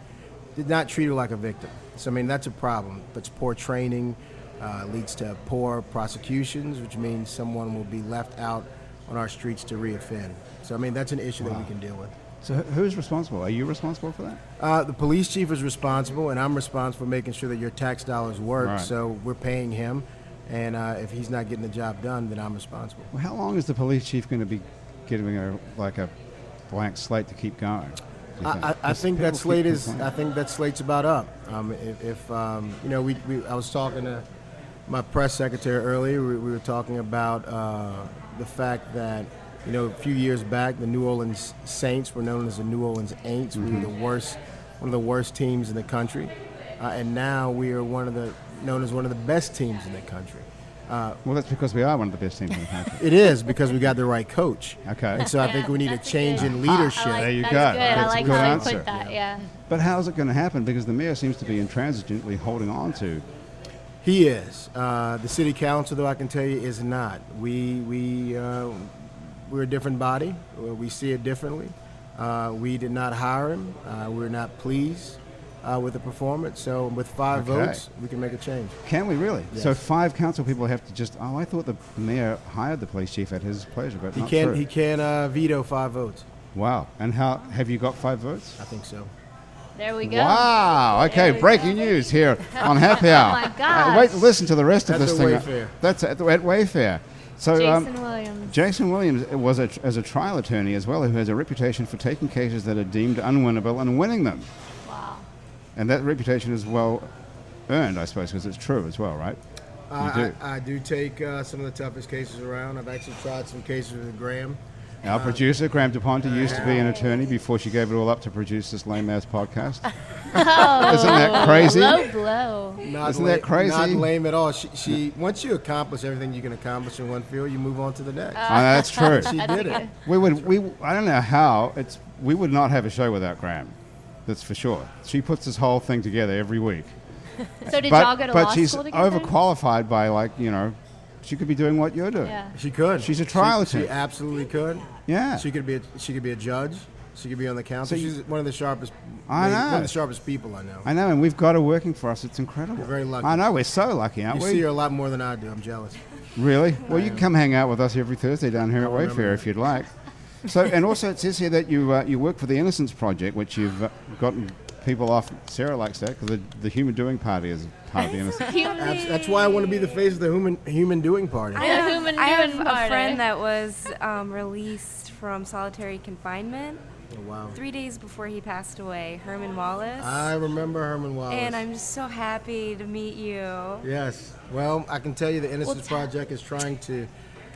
[SPEAKER 5] did not treat her like a victim. So I mean that's a problem. But it's poor training uh, leads to poor prosecutions, which means someone will be left out on our streets to reoffend. So I mean that's an issue that we can deal with.
[SPEAKER 1] So wh- who's responsible? Are you responsible for that?
[SPEAKER 5] Uh, the police chief is responsible, and I'm responsible for making sure that your tax dollars work.
[SPEAKER 1] Right.
[SPEAKER 5] So we're paying him, and uh, if he's not getting the job done, then I'm responsible.
[SPEAKER 1] Well, how long is the police chief going to be giving a, like a blank slate to keep going? you think?
[SPEAKER 5] I, I, I
[SPEAKER 1] Because
[SPEAKER 5] think that
[SPEAKER 1] people keep
[SPEAKER 5] slate is.
[SPEAKER 1] complaining.
[SPEAKER 5] I think that slate's about up. Um, if if um, you know, we, we I was talking to my press secretary earlier. We, we were talking about uh, the fact that you know a few years back the New Orleans Saints were known as the New Orleans Aints. We were
[SPEAKER 1] Mm-hmm.
[SPEAKER 5] the worst, one of the worst teams in the country, uh, and now we are one of the known as one of the best teams in the country.
[SPEAKER 1] Well, that's because we are one of the best teams in the country.
[SPEAKER 5] It is because we got the right coach.
[SPEAKER 1] Okay.
[SPEAKER 5] And so I think we need a
[SPEAKER 3] That's a
[SPEAKER 5] change
[SPEAKER 3] good-
[SPEAKER 5] in
[SPEAKER 1] Ah,
[SPEAKER 5] leadership.
[SPEAKER 3] I like,
[SPEAKER 1] There you
[SPEAKER 3] that's
[SPEAKER 1] go.
[SPEAKER 3] Good.
[SPEAKER 1] That's
[SPEAKER 3] I like
[SPEAKER 1] a good
[SPEAKER 3] how you
[SPEAKER 1] answer.
[SPEAKER 3] put that. Yeah.
[SPEAKER 1] But how's it going to happen? Because the mayor seems to be intransigently holding on to.
[SPEAKER 5] He is. Uh, the city council, though, I can tell you, is not. We we uh, we're a different body. Uh, We see it differently. Uh, we did not hire him. Uh, we're not pleased uh, with the performance. So, with five
[SPEAKER 1] Okay.
[SPEAKER 5] votes, we can make a change.
[SPEAKER 1] Can we really? So
[SPEAKER 5] Yes.
[SPEAKER 1] five council people have to just. Oh, I thought the mayor hired the police chief at his pleasure, but
[SPEAKER 5] He
[SPEAKER 1] not
[SPEAKER 5] can
[SPEAKER 1] true.
[SPEAKER 5] he can uh, veto five votes.
[SPEAKER 1] Wow. And how have you got five votes?
[SPEAKER 5] I think so.
[SPEAKER 3] There we go.
[SPEAKER 1] Wow. Okay.
[SPEAKER 3] There we
[SPEAKER 1] Breaking news here on Happy Hour.
[SPEAKER 3] my
[SPEAKER 1] Uh, wait,
[SPEAKER 3] gosh.
[SPEAKER 1] listen to the rest of
[SPEAKER 5] That's
[SPEAKER 1] this
[SPEAKER 5] at
[SPEAKER 1] thing.
[SPEAKER 5] Wayfair.
[SPEAKER 1] That's at, at Wayfair. So
[SPEAKER 3] Jason
[SPEAKER 1] um,
[SPEAKER 3] Williams.
[SPEAKER 1] Jason Williams was a, as a trial attorney as well, who has a reputation for taking cases that are deemed unwinnable and winning them,
[SPEAKER 3] Wow.
[SPEAKER 1] and that reputation is well earned, I suppose, because it's true as well, right? you do.
[SPEAKER 5] Uh, I, I do take uh, some of the toughest cases around. I've actually tried some cases with Graham. uh,
[SPEAKER 1] Our producer, Graham DePonte, used to be an attorney before she gave it all up to produce this lame ass podcast. Isn't that crazy?
[SPEAKER 3] Low blow.
[SPEAKER 5] Not
[SPEAKER 1] Isn't that
[SPEAKER 5] la- Not
[SPEAKER 1] crazy?
[SPEAKER 5] lame at all. She, she once you accomplish everything you can accomplish in one field, you move on to the next.
[SPEAKER 1] Ah, that's true.
[SPEAKER 5] she did it.
[SPEAKER 1] We would, we, I don't know how, it's, we would not have a show without Graham. That's for sure. She puts this whole thing together every week.
[SPEAKER 3] So did
[SPEAKER 1] but
[SPEAKER 3] y'all go to
[SPEAKER 1] but
[SPEAKER 3] law
[SPEAKER 1] she's
[SPEAKER 3] school together?
[SPEAKER 1] overqualified by, like, you know, she could be doing what you're doing.
[SPEAKER 3] Yeah.
[SPEAKER 5] She could.
[SPEAKER 1] She's a trial
[SPEAKER 5] She,
[SPEAKER 1] attorney.
[SPEAKER 5] she absolutely could.
[SPEAKER 1] Yeah.
[SPEAKER 5] She could be. A, she could be a judge. She could be on the council.
[SPEAKER 1] So you-
[SPEAKER 5] She's one of the sharpest.
[SPEAKER 1] I know.
[SPEAKER 5] One of the sharpest people I know.
[SPEAKER 1] I know, and we've got her working for us. It's incredible.
[SPEAKER 5] We're very lucky.
[SPEAKER 1] I know, we're so lucky, aren't
[SPEAKER 5] you
[SPEAKER 1] we?
[SPEAKER 5] see her a lot more than I do. I'm jealous.
[SPEAKER 1] Really? Well, you can come hang out with us every Thursday down here at
[SPEAKER 5] remember
[SPEAKER 1] Wayfair if you'd like. So, and also it says here that you uh, you work for the Innocence Project, which you've uh, gotten people off. Sarah likes that because the, the Human Doing Party is part of the Innocence.
[SPEAKER 5] That's, that's why I want to be the face of the human human doing party.
[SPEAKER 4] I
[SPEAKER 3] Yeah,
[SPEAKER 4] have,
[SPEAKER 3] human
[SPEAKER 4] I have
[SPEAKER 3] doing
[SPEAKER 4] a
[SPEAKER 3] party.
[SPEAKER 4] friend that was um, released from solitary confinement
[SPEAKER 5] Oh, wow.
[SPEAKER 4] three days before he passed away, Herman Wallace.
[SPEAKER 5] I remember Herman Ah, Wallace.
[SPEAKER 4] and I'm just so happy to meet you.
[SPEAKER 5] Yes. Well, I can tell you the Innocence
[SPEAKER 4] tell-
[SPEAKER 5] Project is trying to.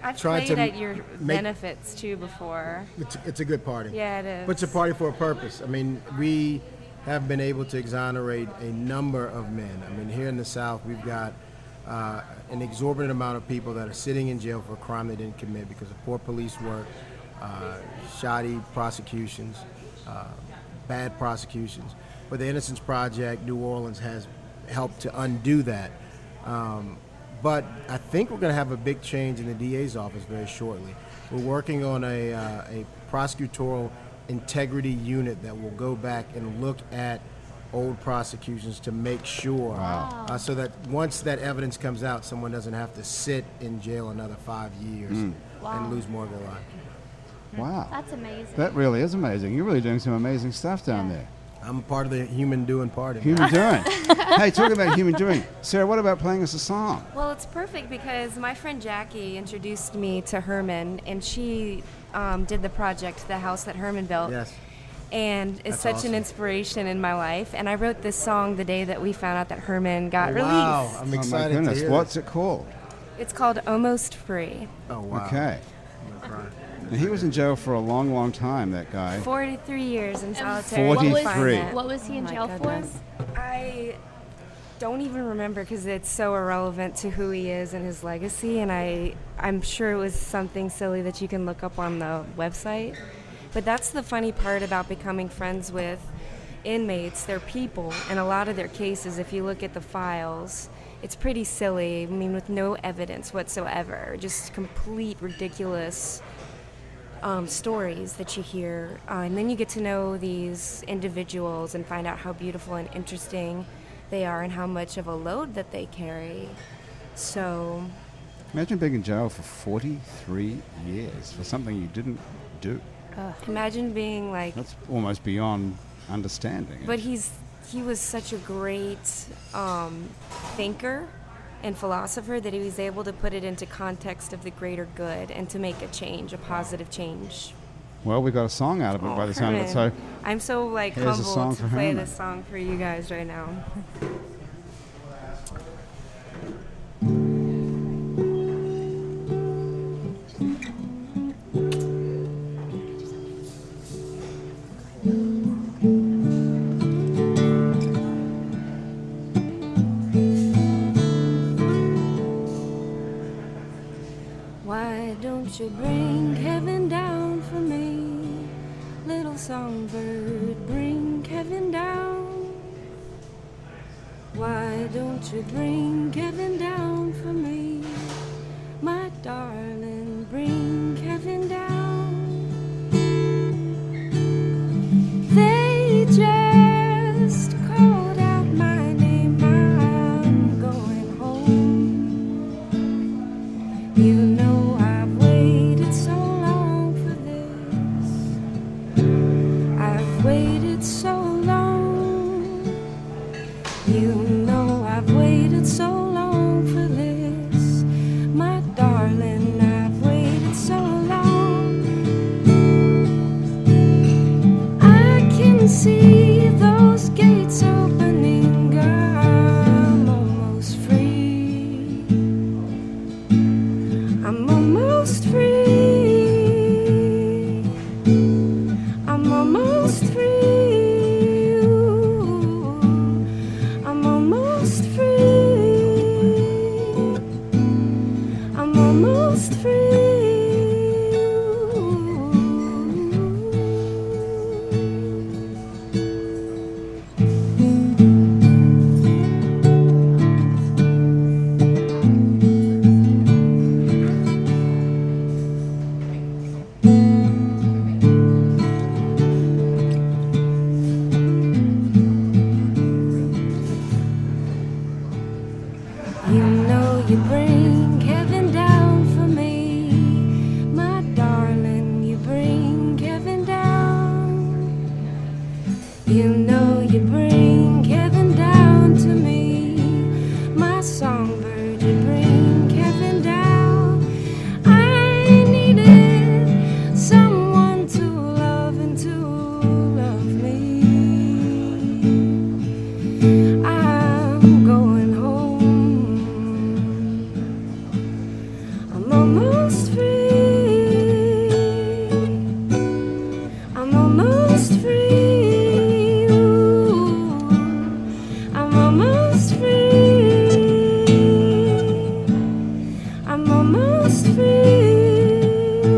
[SPEAKER 4] I've
[SPEAKER 5] Trying
[SPEAKER 4] played
[SPEAKER 5] to
[SPEAKER 4] at your
[SPEAKER 5] make-
[SPEAKER 4] benefits too before.
[SPEAKER 5] It's, it's a good party.
[SPEAKER 4] Yeah, it is.
[SPEAKER 5] But it's a party for a purpose. I mean, we have been able to exonerate a number of men. I mean, here in the South, we've got uh, an exorbitant amount of people that are sitting in jail for a crime they didn't commit because of poor police work, uh, shoddy prosecutions, uh, bad prosecutions. But the Innocence Project, New Orleans, has helped to undo that. Um, but I think we're going to have a big change in the DA's office very shortly. We're working on a, uh, a prosecutorial integrity unit that will go back and look at old prosecutions to make sure uh, so that once that evidence comes out, someone doesn't have to sit in jail another five years
[SPEAKER 1] Mm.
[SPEAKER 3] Wow.
[SPEAKER 5] and lose more of their life.
[SPEAKER 1] Wow,
[SPEAKER 3] That's amazing.
[SPEAKER 1] that really is amazing. You're really doing some amazing stuff down there.
[SPEAKER 5] I'm part of the human doing party. man.
[SPEAKER 1] Human Doing. hey, talking about Human Doing, Sarah. What about playing us a song?
[SPEAKER 4] Well, it's perfect because my friend Jackie introduced me to Herman, and she um, did the project, the house that Herman built.
[SPEAKER 5] Yes.
[SPEAKER 4] And is
[SPEAKER 5] That's
[SPEAKER 4] such
[SPEAKER 5] awesome.
[SPEAKER 4] an inspiration in my life. And I wrote this song the day that we found out that Herman got
[SPEAKER 5] Wow,
[SPEAKER 4] released.
[SPEAKER 5] I'm
[SPEAKER 1] oh my
[SPEAKER 5] excited to
[SPEAKER 1] goodness,
[SPEAKER 5] hear
[SPEAKER 1] what's it called?
[SPEAKER 4] It's called Almost Free.
[SPEAKER 5] that. Oh, wow.
[SPEAKER 1] Okay,
[SPEAKER 5] I'm gonna cry.
[SPEAKER 1] now, he was in jail for a long, long time. That guy.
[SPEAKER 4] 43 years in solitary
[SPEAKER 3] What was,
[SPEAKER 1] 43.
[SPEAKER 4] confinement.
[SPEAKER 3] Oh, what was he in
[SPEAKER 6] my
[SPEAKER 3] jail
[SPEAKER 6] goodness.
[SPEAKER 3] for?
[SPEAKER 4] I don't even remember because it's so irrelevant to who he is and his legacy. And I, I'm sure it was something silly that you can look up on the website. But that's the funny part about becoming friends with inmates. They're people, and a lot of their cases, if you look at the files, it's pretty silly. I mean, with no evidence whatsoever, just complete ridiculous um, stories that you hear, uh, and then you get to know these individuals and find out how beautiful and interesting they are and how much of a load that they carry. So,
[SPEAKER 1] Imagine being in jail for 43 years for something you didn't do.
[SPEAKER 4] imagine being like,
[SPEAKER 1] That's almost beyond understanding.
[SPEAKER 4] but he's he was such a great um, thinker and philosopher that he was able to put it into context of the greater good and to make a change, a positive change
[SPEAKER 1] Well, we got a song out of it
[SPEAKER 4] Oh,
[SPEAKER 1] by the sound of it. So,
[SPEAKER 4] I'm so like
[SPEAKER 1] Here's a song
[SPEAKER 4] humbled to
[SPEAKER 1] for
[SPEAKER 4] play
[SPEAKER 1] Hannah.
[SPEAKER 4] this song for you guys right now. Why don't you bring heaven down for me? Little songbird, bring heaven down. Why don't you bring heaven down for me? My darling, bring heaven down. They just called out my name, I'm going home. You know I've waited so long for this. I've waited so long. You know I've waited so long for this. My darling, I've waited so long. I can see those gates opening. I'm almost free. I'm almost free. I'm almost free. Ooh, I'm almost free. I'm almost free. Ooh. You know you bring heaven down for me, my darling. You bring heaven down. You know you bring heaven down to me, my songbird. You bring heaven down. I needed someone to love and to love me. I'm going home. I'm almost free. I'm almost free. Ooh. I'm almost free. I'm almost free. Ooh.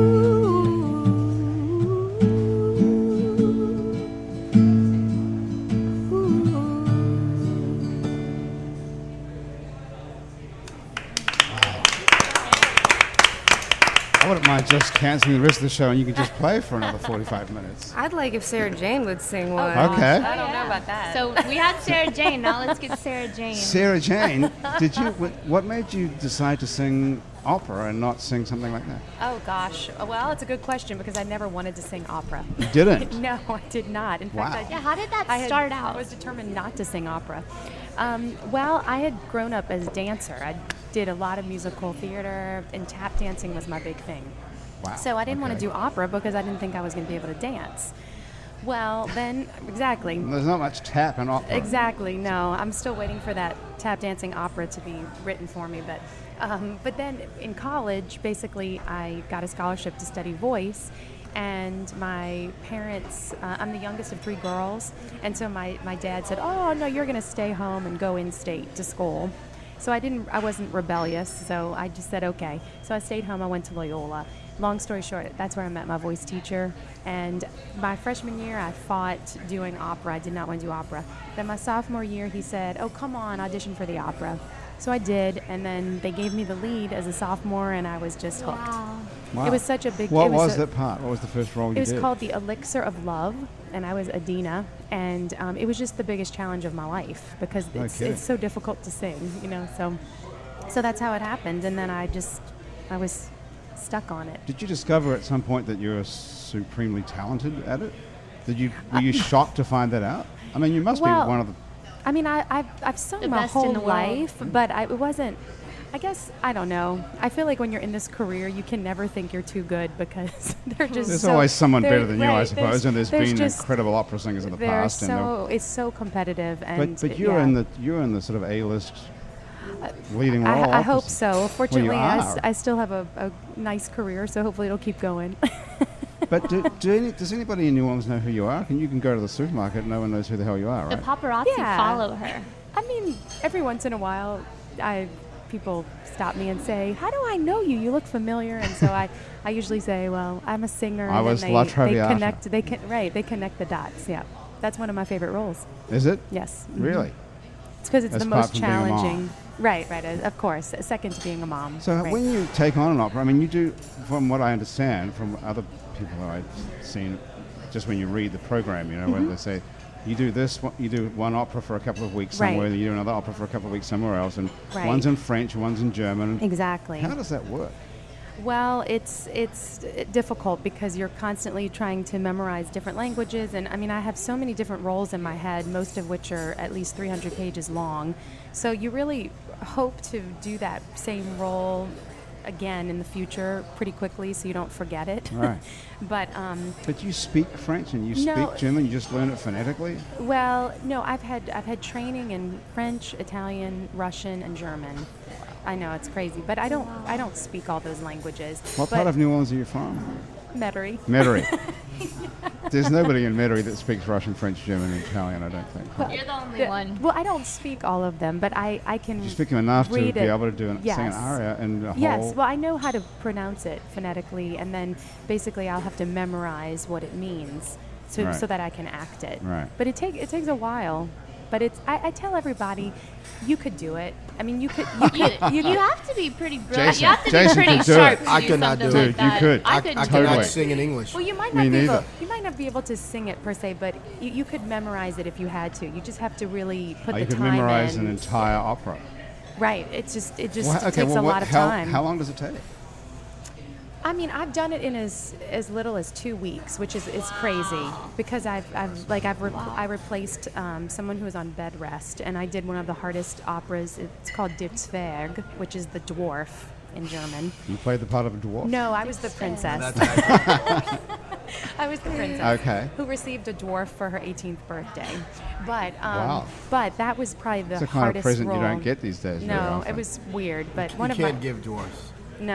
[SPEAKER 1] I wouldn't mind just canceling the rest of the show and you can just play for another 45 minutes.
[SPEAKER 4] I'd like if Sarah Jane would
[SPEAKER 6] Oh,
[SPEAKER 4] sing one.
[SPEAKER 1] Okay.
[SPEAKER 6] I don't know about that.
[SPEAKER 3] So we had Sarah Jane. Now let's get Sarah Jane.
[SPEAKER 1] Sarah Jane, did you? wh- What made you decide to sing opera and not sing something like that?
[SPEAKER 6] oh gosh. Well, it's a good question because I never wanted to sing opera.
[SPEAKER 1] You didn't.
[SPEAKER 6] No, I did not. In
[SPEAKER 1] Wow.
[SPEAKER 6] fact, I,
[SPEAKER 3] yeah, how did that
[SPEAKER 6] I had-
[SPEAKER 3] start
[SPEAKER 6] I
[SPEAKER 3] out?
[SPEAKER 6] was determined not to sing opera. Um, well, I had grown up as a dancer. I did a lot of musical theater, and tap dancing was my big thing.
[SPEAKER 1] Wow,
[SPEAKER 6] So I didn't want
[SPEAKER 1] okay.
[SPEAKER 6] to do opera because I didn't think I was going to be able to dance. Well, then, exactly.
[SPEAKER 1] There's not much tap in opera.
[SPEAKER 6] Exactly. No, I'm still waiting for that tap dancing opera to be written for me. But, um, but then in college, basically, I got a scholarship to study voice. And my parents, uh, I'm the youngest of three girls. And so my, my dad said, Oh, no, you're going to stay home and go in state to school. So I didn't, I wasn't rebellious. So I just said, okay. So I stayed home. I went to Loyola. Long story short, that's where I met my voice teacher. And my freshman year, I fought doing opera. I did not want to do opera. Then my sophomore year, he said, oh, come on, audition for the opera. So I did. And then they gave me the lead as a sophomore, and I was just hooked.
[SPEAKER 3] wow.
[SPEAKER 1] Wow.
[SPEAKER 6] It was such a big
[SPEAKER 1] What
[SPEAKER 6] it
[SPEAKER 1] was,
[SPEAKER 6] a-
[SPEAKER 1] that part? What was the first role you
[SPEAKER 6] it was
[SPEAKER 1] did?
[SPEAKER 6] called The Elixir of Love, and I was Adina, and um, it was just the biggest challenge of my life because it's,
[SPEAKER 1] kidding.
[SPEAKER 6] it's so difficult to sing, you know. So, so that's how it happened, and then I just I was stuck on it.
[SPEAKER 1] Did you discover at some point that you're supremely talented at it? Did you were you shocked to find that out? I mean, you must
[SPEAKER 6] Well-
[SPEAKER 1] be one of the.
[SPEAKER 6] I mean, I, I've I've sung
[SPEAKER 3] The
[SPEAKER 6] my
[SPEAKER 3] best in
[SPEAKER 6] whole
[SPEAKER 3] the world.
[SPEAKER 6] life, but I, it wasn't. I guess I don't know. I feel like when you're in this career, you can never think you're too good because they're just.
[SPEAKER 1] There's
[SPEAKER 6] so-
[SPEAKER 1] always someone
[SPEAKER 6] they're-
[SPEAKER 1] better than you, I
[SPEAKER 6] right,
[SPEAKER 1] suppose, and there's been incredible opera singers in the
[SPEAKER 6] they're
[SPEAKER 1] past. and they're-
[SPEAKER 6] so it's so competitive and.
[SPEAKER 1] but but you're
[SPEAKER 6] yeah.
[SPEAKER 1] in the you're in the sort of A-list leading role.
[SPEAKER 6] I, I hope
[SPEAKER 1] opposite.
[SPEAKER 6] so. Fortunately, I, s-
[SPEAKER 1] are.
[SPEAKER 6] I still have a, a nice career, so hopefully it'll keep going.
[SPEAKER 1] But do, do any, does anybody in New Orleans know who you are? And you can go to the supermarket, and no one knows who the hell you are,
[SPEAKER 3] The
[SPEAKER 1] right?
[SPEAKER 3] paparazzi
[SPEAKER 6] Yeah.
[SPEAKER 3] follow her.
[SPEAKER 6] I mean, every once in a while, I people stop me and say, "How do I know you? You look familiar." And so I, I usually say, "Well, I'm a singer."
[SPEAKER 1] I
[SPEAKER 6] and then
[SPEAKER 1] was La
[SPEAKER 6] they,
[SPEAKER 1] Traviata.
[SPEAKER 6] they connect. They can, right. They connect the dots. Yeah, that's one of my favorite roles.
[SPEAKER 1] Is it
[SPEAKER 6] Yes. Mhm.
[SPEAKER 1] really?
[SPEAKER 6] It's because it's
[SPEAKER 1] That's
[SPEAKER 6] the
[SPEAKER 1] apart
[SPEAKER 6] most
[SPEAKER 1] from being a mom.
[SPEAKER 6] challenging. Right. Right. uh, Of course. Second to being a mom.
[SPEAKER 1] So
[SPEAKER 6] right.
[SPEAKER 1] when you take on an opera, I mean, you do, from what I understand, from other people that I've seen, just when you read the program, you know,
[SPEAKER 6] Mm-hmm.
[SPEAKER 1] when they say, you do this, one- you do one opera for a couple of weeks
[SPEAKER 6] Right.
[SPEAKER 1] somewhere, then you do another opera for a couple of weeks somewhere else, and
[SPEAKER 6] Right.
[SPEAKER 1] one's in French, one's in German.
[SPEAKER 6] exactly.
[SPEAKER 1] How does that work?
[SPEAKER 6] Well, it's it's uh, difficult because you're constantly trying to memorize different languages, and I mean, I have so many different roles in my head, most of which are at least 300 pages long. So you really hope to do that same role again in the future pretty quickly, so you don't forget it.
[SPEAKER 1] Right.
[SPEAKER 6] but um,
[SPEAKER 1] But you speak French and you
[SPEAKER 6] No.
[SPEAKER 1] speak German, you just learn it phonetically?
[SPEAKER 6] well, no, I've had I've had training in French, Italian, Russian, and German. I know it's crazy, but I don't I don't speak all those languages.
[SPEAKER 1] What
[SPEAKER 6] but
[SPEAKER 1] part of New Orleans are you from?
[SPEAKER 6] Metairie?
[SPEAKER 1] Metairie. There's nobody in Metairie that speaks Russian, French, German, and Italian, I don't think.
[SPEAKER 3] You're the only
[SPEAKER 6] Yeah,
[SPEAKER 3] one.
[SPEAKER 6] Well, I don't speak all of them, but I, I can
[SPEAKER 1] you speak them enough to
[SPEAKER 6] read
[SPEAKER 1] be
[SPEAKER 6] it.
[SPEAKER 1] able to do an,
[SPEAKER 6] yes.
[SPEAKER 1] sing an aria and a whole...
[SPEAKER 6] Yes, well, I know how to pronounce it phonetically, and then basically I'll have to memorize what it means so,
[SPEAKER 1] Right.
[SPEAKER 6] so that I can act it.
[SPEAKER 1] Right.
[SPEAKER 6] But it, take, it takes a while. But it's I, I tell everybody, you could do it. I mean, you could. You
[SPEAKER 3] You,
[SPEAKER 6] could
[SPEAKER 3] you have to be pretty brilliant.
[SPEAKER 1] Jason-
[SPEAKER 3] you have to
[SPEAKER 1] Jason
[SPEAKER 3] be pretty
[SPEAKER 1] could do
[SPEAKER 3] sharp
[SPEAKER 1] it.
[SPEAKER 3] to
[SPEAKER 5] I
[SPEAKER 3] do
[SPEAKER 5] could not
[SPEAKER 3] something
[SPEAKER 5] do
[SPEAKER 1] it.
[SPEAKER 3] like
[SPEAKER 1] Dude, you
[SPEAKER 3] that.
[SPEAKER 1] could.
[SPEAKER 3] I
[SPEAKER 1] I-
[SPEAKER 3] couldn't
[SPEAKER 5] I
[SPEAKER 3] do
[SPEAKER 5] cannot
[SPEAKER 1] Totally.
[SPEAKER 3] it.
[SPEAKER 5] sing in English.
[SPEAKER 6] Well, you might
[SPEAKER 1] Me
[SPEAKER 6] not be
[SPEAKER 1] neither.
[SPEAKER 6] able, you might not be able to sing it per se, but you, you could memorize it if you had to. You just have to really put
[SPEAKER 1] Oh,
[SPEAKER 6] the
[SPEAKER 1] you could
[SPEAKER 6] time
[SPEAKER 1] memorize
[SPEAKER 6] in.
[SPEAKER 1] an entire opera.
[SPEAKER 6] right. It's just it just
[SPEAKER 1] Well, okay,
[SPEAKER 6] takes
[SPEAKER 1] well,
[SPEAKER 6] a
[SPEAKER 1] what-
[SPEAKER 6] lot of
[SPEAKER 1] how,
[SPEAKER 6] time.
[SPEAKER 1] How long does it take?
[SPEAKER 6] I mean, I've done it in as as little as two weeks, which is, is crazy because I've, I've like I've re- I replaced um, someone who was on bed rest, and I did one of the hardest operas. It's called Der Zwerg, which is the dwarf in German.
[SPEAKER 1] You played the part of a dwarf.
[SPEAKER 6] No, I was the princess. I was the princess.
[SPEAKER 1] Okay.
[SPEAKER 6] Who received a dwarf for her 18th birthday, but um,
[SPEAKER 1] Wow.
[SPEAKER 6] but that was probably the
[SPEAKER 1] It's the kind of
[SPEAKER 6] hardest
[SPEAKER 1] present
[SPEAKER 6] role.
[SPEAKER 1] you don't get these days. very
[SPEAKER 6] No,
[SPEAKER 1] often.
[SPEAKER 6] it was weird, but
[SPEAKER 5] You
[SPEAKER 6] one of
[SPEAKER 5] can't
[SPEAKER 6] my
[SPEAKER 5] give dwarfs.
[SPEAKER 6] no,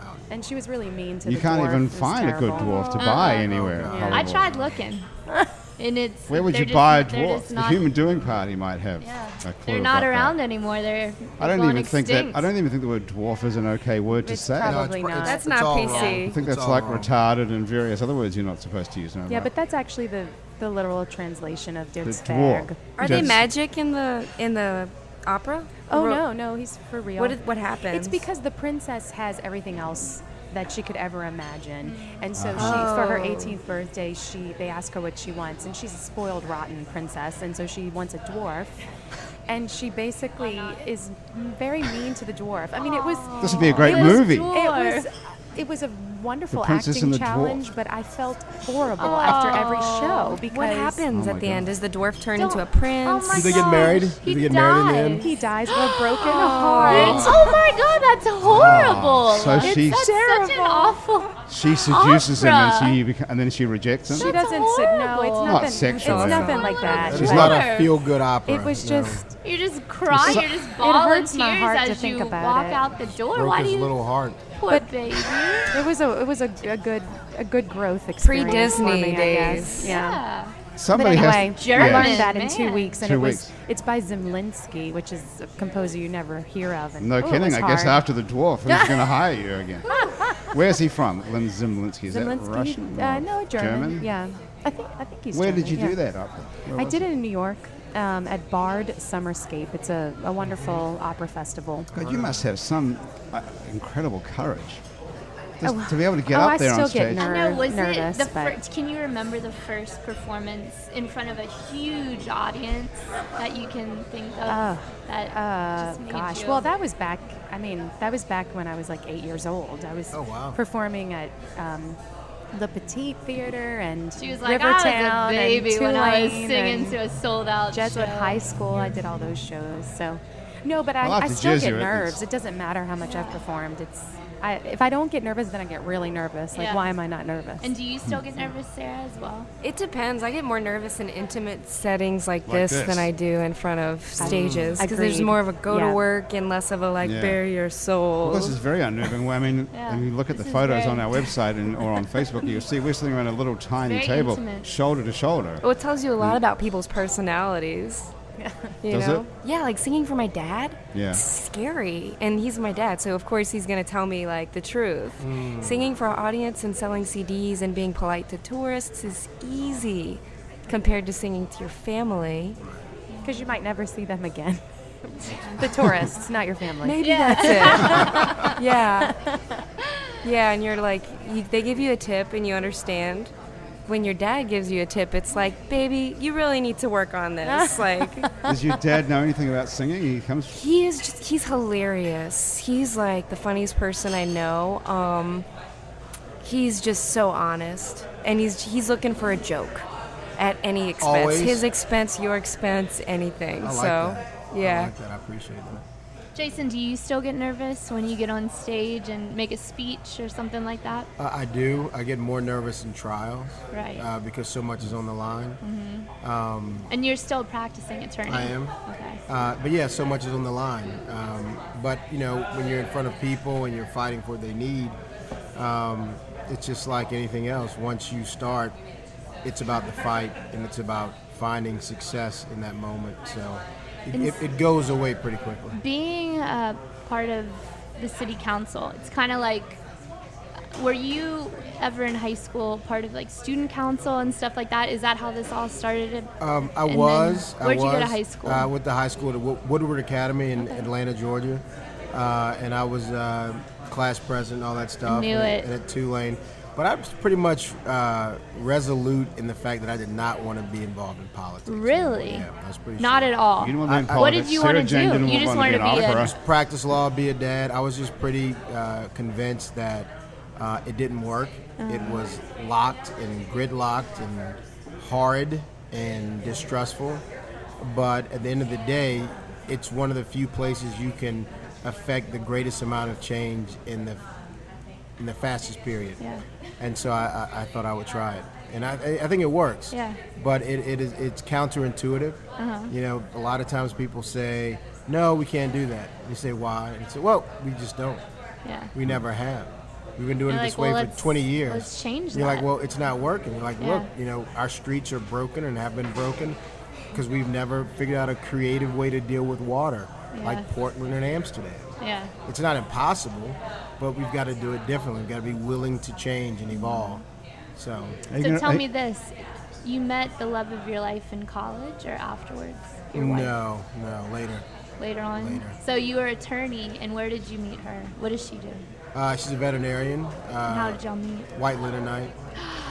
[SPEAKER 5] out.
[SPEAKER 6] and she was really mean to
[SPEAKER 1] You
[SPEAKER 6] the
[SPEAKER 1] can't
[SPEAKER 6] dwarf. It
[SPEAKER 1] even
[SPEAKER 6] was
[SPEAKER 1] find a good
[SPEAKER 6] terrible.
[SPEAKER 1] dwarf to buy anywhere.
[SPEAKER 5] Yeah.
[SPEAKER 1] Horrible.
[SPEAKER 3] I tried looking, and it's
[SPEAKER 1] Where would
[SPEAKER 3] they're
[SPEAKER 1] you
[SPEAKER 3] just-
[SPEAKER 1] buy a
[SPEAKER 3] they're
[SPEAKER 1] dwarf?
[SPEAKER 3] just
[SPEAKER 1] The
[SPEAKER 3] not-
[SPEAKER 1] Human Doing Party might have
[SPEAKER 3] Yeah.
[SPEAKER 1] a clue
[SPEAKER 3] They're not
[SPEAKER 1] about
[SPEAKER 3] around
[SPEAKER 1] That.
[SPEAKER 3] anymore. They're
[SPEAKER 1] I don't
[SPEAKER 3] gone
[SPEAKER 1] even
[SPEAKER 3] extinct.
[SPEAKER 1] think that. I don't even think the word dwarf is an okay word to
[SPEAKER 6] It's
[SPEAKER 1] say.
[SPEAKER 6] probably-
[SPEAKER 5] No,
[SPEAKER 1] I
[SPEAKER 5] it's pr-
[SPEAKER 6] not.
[SPEAKER 5] it's-
[SPEAKER 6] That's
[SPEAKER 5] it's
[SPEAKER 4] not
[SPEAKER 5] all
[SPEAKER 4] PC.
[SPEAKER 5] wrong.
[SPEAKER 4] I
[SPEAKER 1] think
[SPEAKER 5] It's
[SPEAKER 1] that's
[SPEAKER 5] all
[SPEAKER 1] like
[SPEAKER 5] wrong.
[SPEAKER 1] retarded and various other words you're not supposed to use. No,
[SPEAKER 6] Yeah,
[SPEAKER 1] right?
[SPEAKER 6] but that's actually the, the literal translation of Der
[SPEAKER 1] the
[SPEAKER 6] Zwerg.
[SPEAKER 1] dwarf.
[SPEAKER 4] Are they
[SPEAKER 1] Just-
[SPEAKER 4] magic in the in the opera?
[SPEAKER 6] Oh
[SPEAKER 4] Ro-
[SPEAKER 6] no, no, he's for real.
[SPEAKER 4] What did, what happened?
[SPEAKER 6] It's because the princess has everything else that she could ever imagine, and so she, for her
[SPEAKER 4] Mm. Oh.
[SPEAKER 6] 18th birthday, she they ask her what she wants, and she's a spoiled, rotten princess, and so she wants a dwarf. And she basically is very mean to the dwarf. I mean, it was
[SPEAKER 1] This would be a great
[SPEAKER 6] It was
[SPEAKER 1] movie.
[SPEAKER 3] dwarf.
[SPEAKER 6] It was, it was a wonderful
[SPEAKER 1] The Princess
[SPEAKER 6] acting
[SPEAKER 1] and the
[SPEAKER 6] challenge,
[SPEAKER 1] Dwarf.
[SPEAKER 6] but I felt horrible after every show because
[SPEAKER 4] what happens
[SPEAKER 1] Oh my
[SPEAKER 4] at the
[SPEAKER 1] God.
[SPEAKER 4] end? Does the dwarf turn
[SPEAKER 3] Don't-
[SPEAKER 4] into a prince?
[SPEAKER 3] Oh my
[SPEAKER 5] Did they get
[SPEAKER 3] gosh,
[SPEAKER 5] married?
[SPEAKER 3] He
[SPEAKER 5] Did they get married in the
[SPEAKER 3] died.
[SPEAKER 5] end?
[SPEAKER 6] he dies with a broken heart.
[SPEAKER 3] Oh my god, that's
[SPEAKER 1] Ah,
[SPEAKER 3] horrible.
[SPEAKER 1] so
[SPEAKER 3] It's-
[SPEAKER 1] she's-
[SPEAKER 3] that's such an
[SPEAKER 6] Terrible.
[SPEAKER 3] awful.
[SPEAKER 1] She seduces him, and,
[SPEAKER 3] Opera.
[SPEAKER 1] she beca- and then she rejects him.
[SPEAKER 6] She
[SPEAKER 3] That's
[SPEAKER 6] doesn't. sit- No, it's
[SPEAKER 3] horrible.
[SPEAKER 6] nothing.
[SPEAKER 1] Not sexual,
[SPEAKER 6] It's
[SPEAKER 1] yeah.
[SPEAKER 6] nothing like that.
[SPEAKER 5] It's
[SPEAKER 3] Right.
[SPEAKER 5] not
[SPEAKER 3] Sure.
[SPEAKER 5] a feel-good opera.
[SPEAKER 6] it was
[SPEAKER 5] no.
[SPEAKER 6] just.
[SPEAKER 3] You just cry.
[SPEAKER 1] So-
[SPEAKER 3] You're just bawling
[SPEAKER 6] hurts my
[SPEAKER 3] tears
[SPEAKER 6] heart
[SPEAKER 3] as
[SPEAKER 6] to think
[SPEAKER 3] you
[SPEAKER 6] about
[SPEAKER 3] walk
[SPEAKER 6] it.
[SPEAKER 3] out the door.
[SPEAKER 5] broke
[SPEAKER 3] Why do
[SPEAKER 5] his
[SPEAKER 3] you,
[SPEAKER 5] little heart.
[SPEAKER 3] poor
[SPEAKER 6] But-
[SPEAKER 3] baby?
[SPEAKER 6] It was a. It was a, a good. A good growth experience.
[SPEAKER 4] Pre-Disney
[SPEAKER 6] for me, I
[SPEAKER 4] days.
[SPEAKER 6] guess. Yeah.
[SPEAKER 3] Yeah.
[SPEAKER 6] But
[SPEAKER 1] Somebody
[SPEAKER 6] anyway,
[SPEAKER 1] has.
[SPEAKER 3] German.
[SPEAKER 6] I learned that in two
[SPEAKER 3] Man.
[SPEAKER 6] weeks, and
[SPEAKER 1] Two
[SPEAKER 6] it was.
[SPEAKER 1] weeks.
[SPEAKER 6] It's by Zemlinsky, which is a composer you never hear of. And,
[SPEAKER 1] No
[SPEAKER 6] oh, it
[SPEAKER 1] kidding.
[SPEAKER 6] was
[SPEAKER 1] I guess
[SPEAKER 6] hard.
[SPEAKER 1] after the dwarf, who's going to hire you again? Where's he from? Lynn Zimlinsky. Is that Russian?
[SPEAKER 6] Zemlinsky. Uh,
[SPEAKER 1] or
[SPEAKER 6] no, German. Yeah. I think. I think he's.
[SPEAKER 1] Where
[SPEAKER 6] German,
[SPEAKER 1] did you
[SPEAKER 6] yeah.
[SPEAKER 1] do that opera? Where
[SPEAKER 6] I
[SPEAKER 1] was
[SPEAKER 6] did
[SPEAKER 1] it?
[SPEAKER 6] it in New York um, at Bard Summerscape. It's a, a wonderful opera festival.
[SPEAKER 1] God, you must have some uh, incredible courage Just
[SPEAKER 6] Oh,
[SPEAKER 1] to be able to get
[SPEAKER 6] oh,
[SPEAKER 1] up
[SPEAKER 6] I
[SPEAKER 1] there on
[SPEAKER 6] still get
[SPEAKER 1] stage.
[SPEAKER 6] nervous.
[SPEAKER 3] I know. Was
[SPEAKER 6] nervous,
[SPEAKER 3] it the
[SPEAKER 6] but-
[SPEAKER 3] first? Can you remember the first performance in front of a huge audience that you can think of? that
[SPEAKER 6] Uh,
[SPEAKER 3] just made
[SPEAKER 6] Oh. gosh,
[SPEAKER 3] you-
[SPEAKER 6] well, that was back. I mean, that was back when I was like eight years old. I was
[SPEAKER 5] Oh, wow.
[SPEAKER 6] performing at um, the Petite Theater and
[SPEAKER 3] She was like, I
[SPEAKER 6] Rivertown
[SPEAKER 3] was a baby
[SPEAKER 6] and
[SPEAKER 3] when I was
[SPEAKER 6] Tulane
[SPEAKER 3] singing
[SPEAKER 6] and
[SPEAKER 3] to a sold out
[SPEAKER 6] Jesuit
[SPEAKER 3] show.
[SPEAKER 6] High School. I did all those shows. So No, but I,
[SPEAKER 1] I like
[SPEAKER 6] I
[SPEAKER 1] the
[SPEAKER 6] still
[SPEAKER 1] Jesuit.
[SPEAKER 6] get nerves. It doesn't matter how much I've performed. It's I, if I don't get nervous, then I get really nervous. Like,
[SPEAKER 3] Yeah.
[SPEAKER 6] why am I not nervous?
[SPEAKER 3] And do you still get nervous, Sarah, as well?
[SPEAKER 4] It depends. I get more nervous in intimate settings like,
[SPEAKER 1] Like
[SPEAKER 4] this,
[SPEAKER 1] this.
[SPEAKER 4] than I do in front of stages because there's
[SPEAKER 6] Agreed.
[SPEAKER 4] more of a go
[SPEAKER 6] Yeah.
[SPEAKER 4] to work and less of a like
[SPEAKER 1] Yeah.
[SPEAKER 4] bare your soul.
[SPEAKER 1] Well, this is very unnerving. Well, I mean,
[SPEAKER 3] Yeah,
[SPEAKER 1] when you look at the
[SPEAKER 3] this is
[SPEAKER 1] photos
[SPEAKER 3] very-
[SPEAKER 1] on our website and, or on Facebook, you'll see we're sitting around a little tiny
[SPEAKER 3] very
[SPEAKER 1] table,
[SPEAKER 3] intimate.
[SPEAKER 1] shoulder to shoulder.
[SPEAKER 4] well, it tells you a lot about people's personalities. You
[SPEAKER 1] Mm. Does
[SPEAKER 4] know?
[SPEAKER 1] it?
[SPEAKER 4] Yeah, like singing for my dad.
[SPEAKER 1] Yeah.
[SPEAKER 4] It's scary, and he's my dad, so of course he's gonna tell me like the truth.
[SPEAKER 1] Mm.
[SPEAKER 4] Singing for our audience and selling CDs and being polite to tourists is easy compared to singing to your family.
[SPEAKER 6] Because you might never see them again. the tourists, not your family.
[SPEAKER 4] Maybe that's it. yeah. Yeah, and you're like, you, they give you a tip and you understand. When your dad gives you a tip, it's like, baby, you really need to work on this. like,
[SPEAKER 1] Does your dad know anything about singing? He comes.
[SPEAKER 4] he is just, he's hilarious. He's like the funniest person I know. Um, he's just so honest, and he's he's looking for a joke at any expense.
[SPEAKER 5] Always?
[SPEAKER 4] His expense, your expense, anything.
[SPEAKER 5] I like
[SPEAKER 4] so,
[SPEAKER 5] that. I
[SPEAKER 4] yeah.
[SPEAKER 5] like that. I appreciate that.
[SPEAKER 3] Jason, do you still get nervous when you get on stage and make a speech or something like that?
[SPEAKER 5] Uh, I do. I get more nervous in trials.
[SPEAKER 3] Right.
[SPEAKER 5] Uh, because so much is on the line.
[SPEAKER 3] And you're still practicing attorney.
[SPEAKER 5] I am.
[SPEAKER 3] Okay.
[SPEAKER 5] Uh, but yeah, so much is on the line. Um, but you know, when you're in front of people and you're fighting for what they need, um, it's just like anything else. Once you start, it's about the fight and it's about finding success in that moment. So it, it, it goes away pretty quickly.
[SPEAKER 3] Being a part of the city council, it's kind of like were you ever in high school part of like student council and stuff like that? Is that how this all started?
[SPEAKER 5] Um, I
[SPEAKER 3] And then
[SPEAKER 5] was. I
[SPEAKER 3] where'd you go to
[SPEAKER 5] was,
[SPEAKER 3] high school?
[SPEAKER 5] Uh, with the high school, the Wo- Woodward Academy in Atlanta, Georgia, uh, and I was uh, class president, all that stuff.
[SPEAKER 3] knew
[SPEAKER 5] and, at-
[SPEAKER 3] it.
[SPEAKER 5] And at Tulane, but I was pretty much uh, resolute in the fact that I did not want to be involved in politics.
[SPEAKER 3] Really?
[SPEAKER 5] Yeah, I was pretty.
[SPEAKER 3] Not
[SPEAKER 5] sure.
[SPEAKER 3] at all.
[SPEAKER 1] You didn't want to be in
[SPEAKER 5] I- I-
[SPEAKER 1] politics.
[SPEAKER 5] What
[SPEAKER 3] did you
[SPEAKER 1] Sarah
[SPEAKER 3] wanna
[SPEAKER 1] Jane
[SPEAKER 3] do?
[SPEAKER 1] didn't
[SPEAKER 3] You just
[SPEAKER 1] want
[SPEAKER 3] wanted to
[SPEAKER 1] an
[SPEAKER 3] be a-
[SPEAKER 1] opera.
[SPEAKER 5] Practice law, be a dad. I was just pretty uh, convinced that uh, it didn't work. It was locked and gridlocked and horrid and distrustful. But at the end of the day, it's one of the few places you can affect the greatest amount of change in the in the fastest period.
[SPEAKER 3] Yeah.
[SPEAKER 5] And so I, I, I thought I would try it, and I, I- I think it works.
[SPEAKER 3] Yeah. Uh-huh.
[SPEAKER 5] But it, it is it's counterintuitive. You know, a lot of times people say, "No, we can't do that." You say, "Why?" And you say, "Well, we just don't.
[SPEAKER 3] Yeah.
[SPEAKER 5] We never have. We've been doing
[SPEAKER 3] You're
[SPEAKER 5] it this
[SPEAKER 3] like,
[SPEAKER 5] way
[SPEAKER 3] "Well,
[SPEAKER 5] for
[SPEAKER 3] let's-
[SPEAKER 5] 20 years."
[SPEAKER 3] let's change
[SPEAKER 5] You're like,
[SPEAKER 3] that.
[SPEAKER 5] "Well, it's not working." You're like,
[SPEAKER 3] Yeah.
[SPEAKER 5] "Look, you know, our streets are broken and have been broken because we've never figured out a creative way to deal with water,
[SPEAKER 3] Yeah.
[SPEAKER 5] like Portland and Amsterdam."
[SPEAKER 3] Yeah.
[SPEAKER 5] it's not impossible, but we've got to do it differently. We've got to be willing to change and evolve. So
[SPEAKER 1] Are you
[SPEAKER 3] So
[SPEAKER 1] gonna-
[SPEAKER 3] tell
[SPEAKER 1] are-
[SPEAKER 3] me this. You met the love of your life in college or afterwards? Your wife
[SPEAKER 5] no, no, later.
[SPEAKER 3] later on?
[SPEAKER 5] Later.
[SPEAKER 3] So you were attorney and where did you meet her? What does she do?
[SPEAKER 5] Uh, she's a veterinarian.
[SPEAKER 3] And how
[SPEAKER 5] Uh,
[SPEAKER 3] did y'all meet?
[SPEAKER 5] White litter night.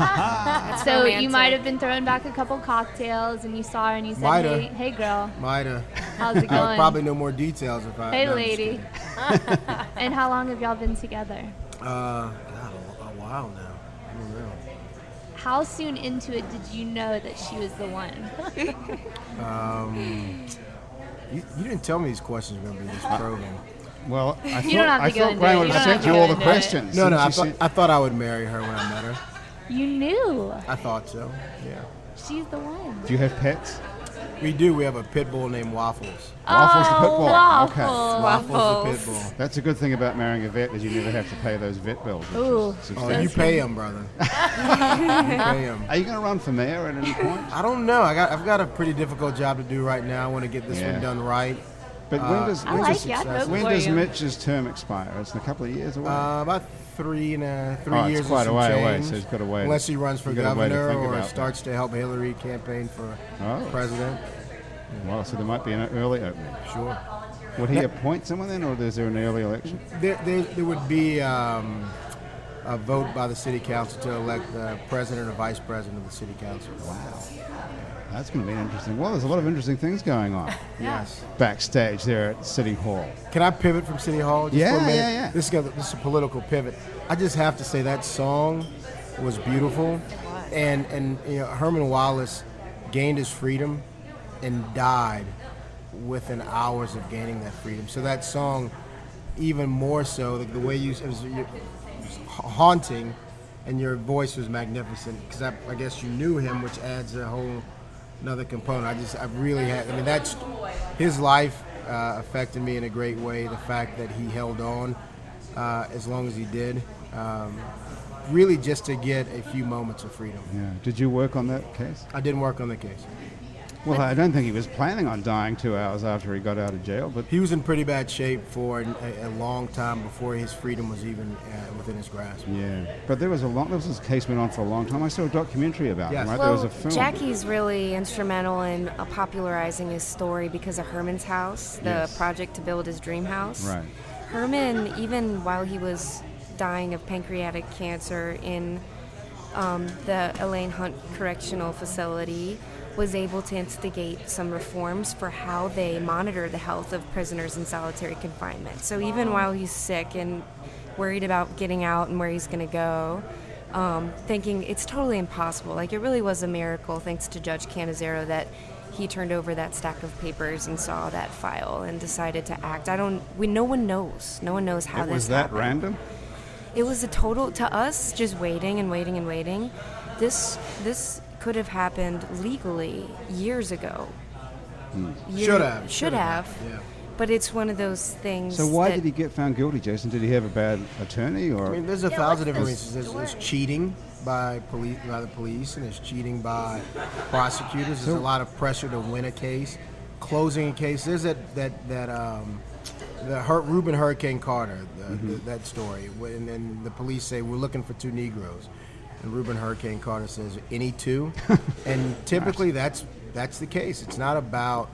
[SPEAKER 3] So you
[SPEAKER 4] romantic.
[SPEAKER 3] might have been throwing back a couple cocktails and you saw her and you said,
[SPEAKER 5] Might have.
[SPEAKER 3] hey, hey girl,
[SPEAKER 5] Mida.
[SPEAKER 3] how's it
[SPEAKER 5] I would
[SPEAKER 3] going?
[SPEAKER 5] probably know more details if I.
[SPEAKER 3] Hey,
[SPEAKER 5] no, I'm just
[SPEAKER 3] lady.
[SPEAKER 5] kidding.
[SPEAKER 3] and how long have y'all been together?
[SPEAKER 5] Uh, God, a, a while now. I don't know.
[SPEAKER 3] How soon into it did you know that she was the one?
[SPEAKER 5] You, you didn't tell me these questions were going to be this
[SPEAKER 1] Uh,
[SPEAKER 5] probing.
[SPEAKER 1] Well, I thought,
[SPEAKER 3] don't have to
[SPEAKER 1] I
[SPEAKER 3] go
[SPEAKER 1] thought
[SPEAKER 3] into
[SPEAKER 1] Graham
[SPEAKER 3] it.
[SPEAKER 1] would
[SPEAKER 3] You
[SPEAKER 1] have
[SPEAKER 3] don't
[SPEAKER 1] sent
[SPEAKER 3] have
[SPEAKER 1] you
[SPEAKER 3] to
[SPEAKER 1] all
[SPEAKER 3] go
[SPEAKER 1] the
[SPEAKER 3] into it.
[SPEAKER 1] questions.
[SPEAKER 5] No, no.
[SPEAKER 1] Since
[SPEAKER 5] I
[SPEAKER 1] you
[SPEAKER 5] thought,
[SPEAKER 1] said-
[SPEAKER 5] I thought I would marry her when I met her.
[SPEAKER 3] You knew
[SPEAKER 5] I thought so. Yeah.
[SPEAKER 3] she's the one.
[SPEAKER 1] Do you have pets?
[SPEAKER 5] We do. We have a pit bull named Waffles.
[SPEAKER 3] Oh,
[SPEAKER 1] Waffles the pit bull. Okay.
[SPEAKER 3] Waffles.
[SPEAKER 5] Waffles the pit
[SPEAKER 4] Waffles.
[SPEAKER 5] bull.
[SPEAKER 1] That's a good thing about marrying a vet is you never have to pay those vet bills. which is
[SPEAKER 3] Ooh.
[SPEAKER 5] Oh,
[SPEAKER 1] substantial.
[SPEAKER 5] you pay him, brother. you pay him.
[SPEAKER 1] Are you going to run for mayor at any point?
[SPEAKER 5] I don't know. I got I've got a pretty difficult job to do right now. I want to get this
[SPEAKER 1] Yeah.
[SPEAKER 5] one done right.
[SPEAKER 1] But
[SPEAKER 5] Uh,
[SPEAKER 1] when does
[SPEAKER 3] I
[SPEAKER 1] when
[SPEAKER 3] like
[SPEAKER 1] does,
[SPEAKER 3] you. I'd vote
[SPEAKER 1] when
[SPEAKER 3] for
[SPEAKER 1] does
[SPEAKER 3] you.
[SPEAKER 1] Mitch's term expire? It's in a couple of years away.
[SPEAKER 5] Uh, about three and a, three
[SPEAKER 1] Oh, it's
[SPEAKER 5] years. and
[SPEAKER 1] quite a
[SPEAKER 5] some
[SPEAKER 1] way away,
[SPEAKER 5] change.
[SPEAKER 1] so he's got a way to-
[SPEAKER 5] Unless he runs for
[SPEAKER 1] he's got a way to
[SPEAKER 5] governor
[SPEAKER 1] think
[SPEAKER 5] or
[SPEAKER 1] about that.
[SPEAKER 5] starts to help Hillary campaign for
[SPEAKER 1] Oh.
[SPEAKER 5] president.
[SPEAKER 1] well, so there might be an early opening.
[SPEAKER 5] Sure.
[SPEAKER 1] Would he appoint someone then, or is there an early election?
[SPEAKER 5] There, there, there would be um, a vote by the city council to elect the president or vice president of the city council. Wow.
[SPEAKER 1] That's going to be interesting. Well, there's a lot of interesting things going on
[SPEAKER 5] Yes.
[SPEAKER 1] backstage there at City Hall.
[SPEAKER 5] Can I pivot from City Hall? Just
[SPEAKER 1] Yeah,
[SPEAKER 5] for a minute?
[SPEAKER 1] yeah, yeah.
[SPEAKER 5] This is, gonna, this is a political pivot. I just have to say that song was beautiful, and and you know, Herman Wallace gained his freedom and died within hours of gaining that freedom. So that song, even more so, like the way you it was, it was haunting, and your voice was magnificent because I, I guess you knew him, which adds a whole another component. I just I really had. I mean, that's his life uh, affected me in a great way. The fact that he held on uh, as long as he did. Um, Really, just to get a few moments of freedom.
[SPEAKER 1] Yeah. Did you work on that case?
[SPEAKER 5] I didn't work on the case.
[SPEAKER 1] Well, I don't think he was planning on dying two hours after he got out of jail, but
[SPEAKER 5] He was in pretty bad shape for a, a long time before his freedom was even uh, within his grasp.
[SPEAKER 1] yeah. But there was a long. This was- case went on for a long time. I saw a documentary about
[SPEAKER 5] Yes.
[SPEAKER 1] him. Right?
[SPEAKER 6] Well,
[SPEAKER 1] there was a film.
[SPEAKER 6] Jackie's really instrumental in uh, popularizing his story because of Herman's house, the
[SPEAKER 1] Yes.
[SPEAKER 6] project to build his dream house.
[SPEAKER 1] Right.
[SPEAKER 6] Herman, even while he was dying of pancreatic cancer in um, the Elaine Hunt Correctional Facility, was able to instigate some reforms for how they monitor the health of prisoners in solitary confinement. So even while he's sick and worried about getting out and where he's going to go, um, thinking it's totally impossible. Like it really was a miracle, thanks to Judge Canizero, that he turned over that stack of papers and saw that file and decided to act. I don't. We no one knows. No one knows how
[SPEAKER 1] It
[SPEAKER 6] this
[SPEAKER 1] was that
[SPEAKER 6] happened.
[SPEAKER 1] random.
[SPEAKER 6] It was a total to us just waiting and waiting and waiting. This this could have happened legally years ago.
[SPEAKER 1] Hmm.
[SPEAKER 6] Year-
[SPEAKER 5] Should have,
[SPEAKER 6] Should,
[SPEAKER 5] should
[SPEAKER 6] have.
[SPEAKER 5] have, yeah.
[SPEAKER 6] But it's one of those things.
[SPEAKER 1] So why
[SPEAKER 6] that-
[SPEAKER 1] did he get found guilty, Jason? Did he have a bad attorney or?
[SPEAKER 5] I mean, there's a thousand
[SPEAKER 6] what's
[SPEAKER 5] different
[SPEAKER 6] the
[SPEAKER 5] reasons. There's, there's
[SPEAKER 6] story?
[SPEAKER 5] cheating by police, by the police, and there's cheating by prosecutors. There's a lot of pressure to win a case, closing a case. There's that that that um, the Hur- Reuben Hurricane Carter, the, the,
[SPEAKER 1] Mm-hmm.
[SPEAKER 5] that story. When then the police say we're looking for two Negroes, and Reuben Hurricane Carter says any two, and typically that's that's the case. It's not about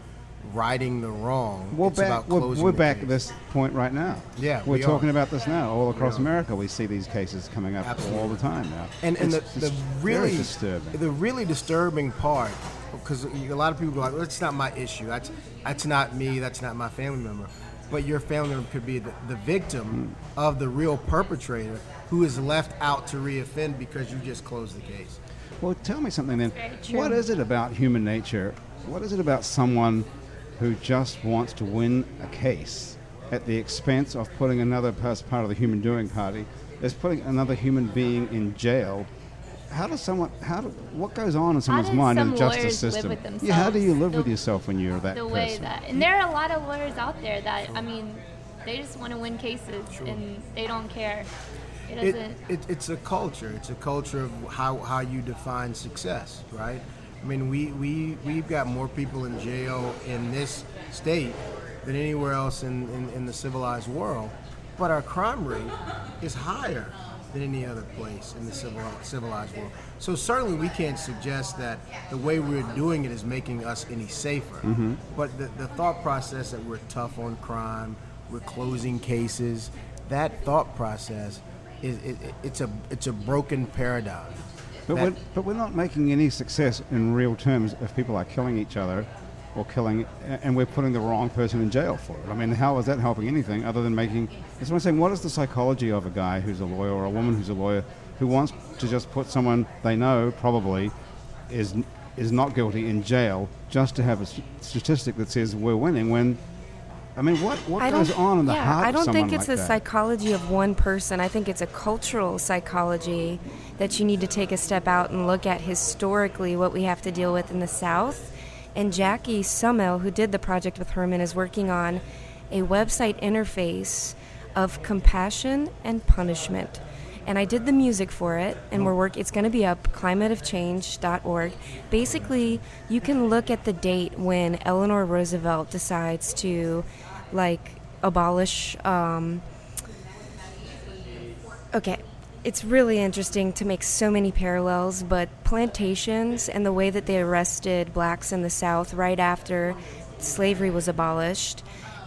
[SPEAKER 5] righting the wrong.
[SPEAKER 1] we're
[SPEAKER 5] it's
[SPEAKER 1] back.
[SPEAKER 5] about
[SPEAKER 1] We're,
[SPEAKER 5] closing
[SPEAKER 1] we're
[SPEAKER 5] the
[SPEAKER 1] back
[SPEAKER 5] case.
[SPEAKER 1] at this point right now.
[SPEAKER 5] Yeah,
[SPEAKER 1] we're
[SPEAKER 5] we are.
[SPEAKER 1] talking about this now. All across
[SPEAKER 5] are.
[SPEAKER 1] America, we see these cases coming up
[SPEAKER 5] Absolutely.
[SPEAKER 1] all the time now.
[SPEAKER 5] And, and the,
[SPEAKER 1] It's
[SPEAKER 5] the
[SPEAKER 1] just
[SPEAKER 5] really
[SPEAKER 1] very disturbing.
[SPEAKER 5] the really disturbing part, because a lot of people go like, "That's not my issue. That's that's not me. That's not my family member." But your family member could be the, the victim
[SPEAKER 1] Mm.
[SPEAKER 5] of the real perpetrator who is left out to reoffend because you just closed the case.
[SPEAKER 1] Well, tell me something then.
[SPEAKER 3] Very true.
[SPEAKER 1] What is it about human nature? What is it about someone who just wants to win a case at the expense of putting another person, part of the human doing party, is putting another human being in jail? How does someone? How do, what goes on in someone's
[SPEAKER 3] do
[SPEAKER 1] mind in
[SPEAKER 3] some
[SPEAKER 1] the
[SPEAKER 3] lawyers
[SPEAKER 1] justice
[SPEAKER 3] live
[SPEAKER 1] system?
[SPEAKER 3] with
[SPEAKER 1] yeah, how do you
[SPEAKER 3] themselves?
[SPEAKER 1] live with
[SPEAKER 3] The-
[SPEAKER 1] yourself when you're that
[SPEAKER 3] the
[SPEAKER 1] person?
[SPEAKER 3] way that and there are a lot of lawyers out there that i mean they just want to win cases and they don't care it
[SPEAKER 5] it,
[SPEAKER 3] doesn't
[SPEAKER 5] it, it's a culture. It's a culture of how, how you define success, right? I mean, we, we, we've got more people in jail in this state than anywhere else in, in, in the civilized world, but our crime rate is higher than any other place in the civil, civilized world. So certainly we can't suggest that the way we're doing it is making us any safer. But the, the thought process that we're tough on crime, we're closing cases, that thought process is it, it, it's a it's a broken paradigm.
[SPEAKER 1] But
[SPEAKER 5] That-
[SPEAKER 1] we're, but we're not making any success in real terms if people are killing each other or killing, a- and we're putting the wrong person in jail for it. I mean, how is that helping anything other than making. That's what I'm saying. What is the psychology of a guy who's a lawyer or a woman who's a lawyer who wants to just put someone they know probably is, is not guilty in jail just to have a st- statistic that says we're winning when. I mean, what, what
[SPEAKER 6] I don't-
[SPEAKER 1] goes on in the
[SPEAKER 6] yeah,
[SPEAKER 1] heart
[SPEAKER 6] I
[SPEAKER 1] of
[SPEAKER 6] don't
[SPEAKER 1] someone
[SPEAKER 6] think it's
[SPEAKER 1] like
[SPEAKER 6] the
[SPEAKER 1] that?
[SPEAKER 6] psychology of one person. I think it's a cultural psychology that you need to take a step out and look at historically what we have to deal with in the South. And Jackie Summel, who did the project with Herman, is working on a website interface of compassion and punishment. And I did the music for it, and we're work. It's going to be up climateofchange.org. Basically, you can look at the date when Eleanor Roosevelt decides to, like, abolish. Um, okay, it's really interesting to make so many parallels, but plantations and the way that they arrested blacks in the South right after slavery was abolished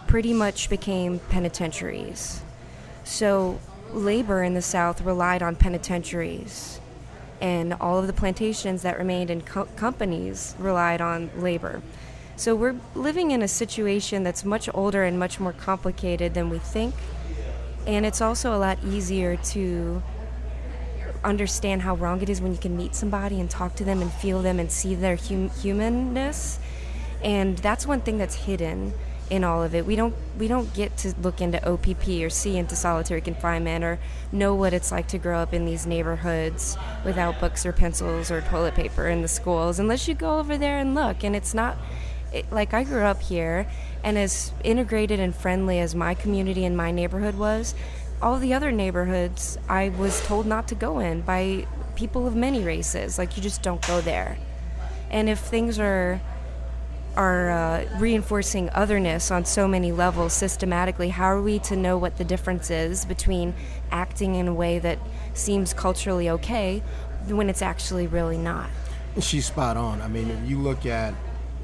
[SPEAKER 6] pretty much became penitentiaries. So labor in the South relied on penitentiaries, and all of the plantations that remained in co- companies relied on labor. So we're living in a situation that's much older and much more complicated than we think, and it's also a lot easier to understand how wrong it is when you can meet somebody and talk to them and feel them and see their hum- humanness
[SPEAKER 4] and that's one thing that's hidden in all of it. We don't we don't get to look into OPP or see into solitary confinement or know what it's like to grow up in these neighborhoods without books or pencils or toilet paper in the schools unless you go over there and look. And it's not it, like I grew up here, and as integrated and friendly as my community and my neighborhood was, all the other neighborhoods I was told not to go in by people of many races. Like you just don't go there. And if things are are uh, reinforcing otherness on so many levels systematically. How are we to know what the difference is between acting in a way that seems culturally okay when it's actually really not?
[SPEAKER 5] She's spot on. I mean, if you look at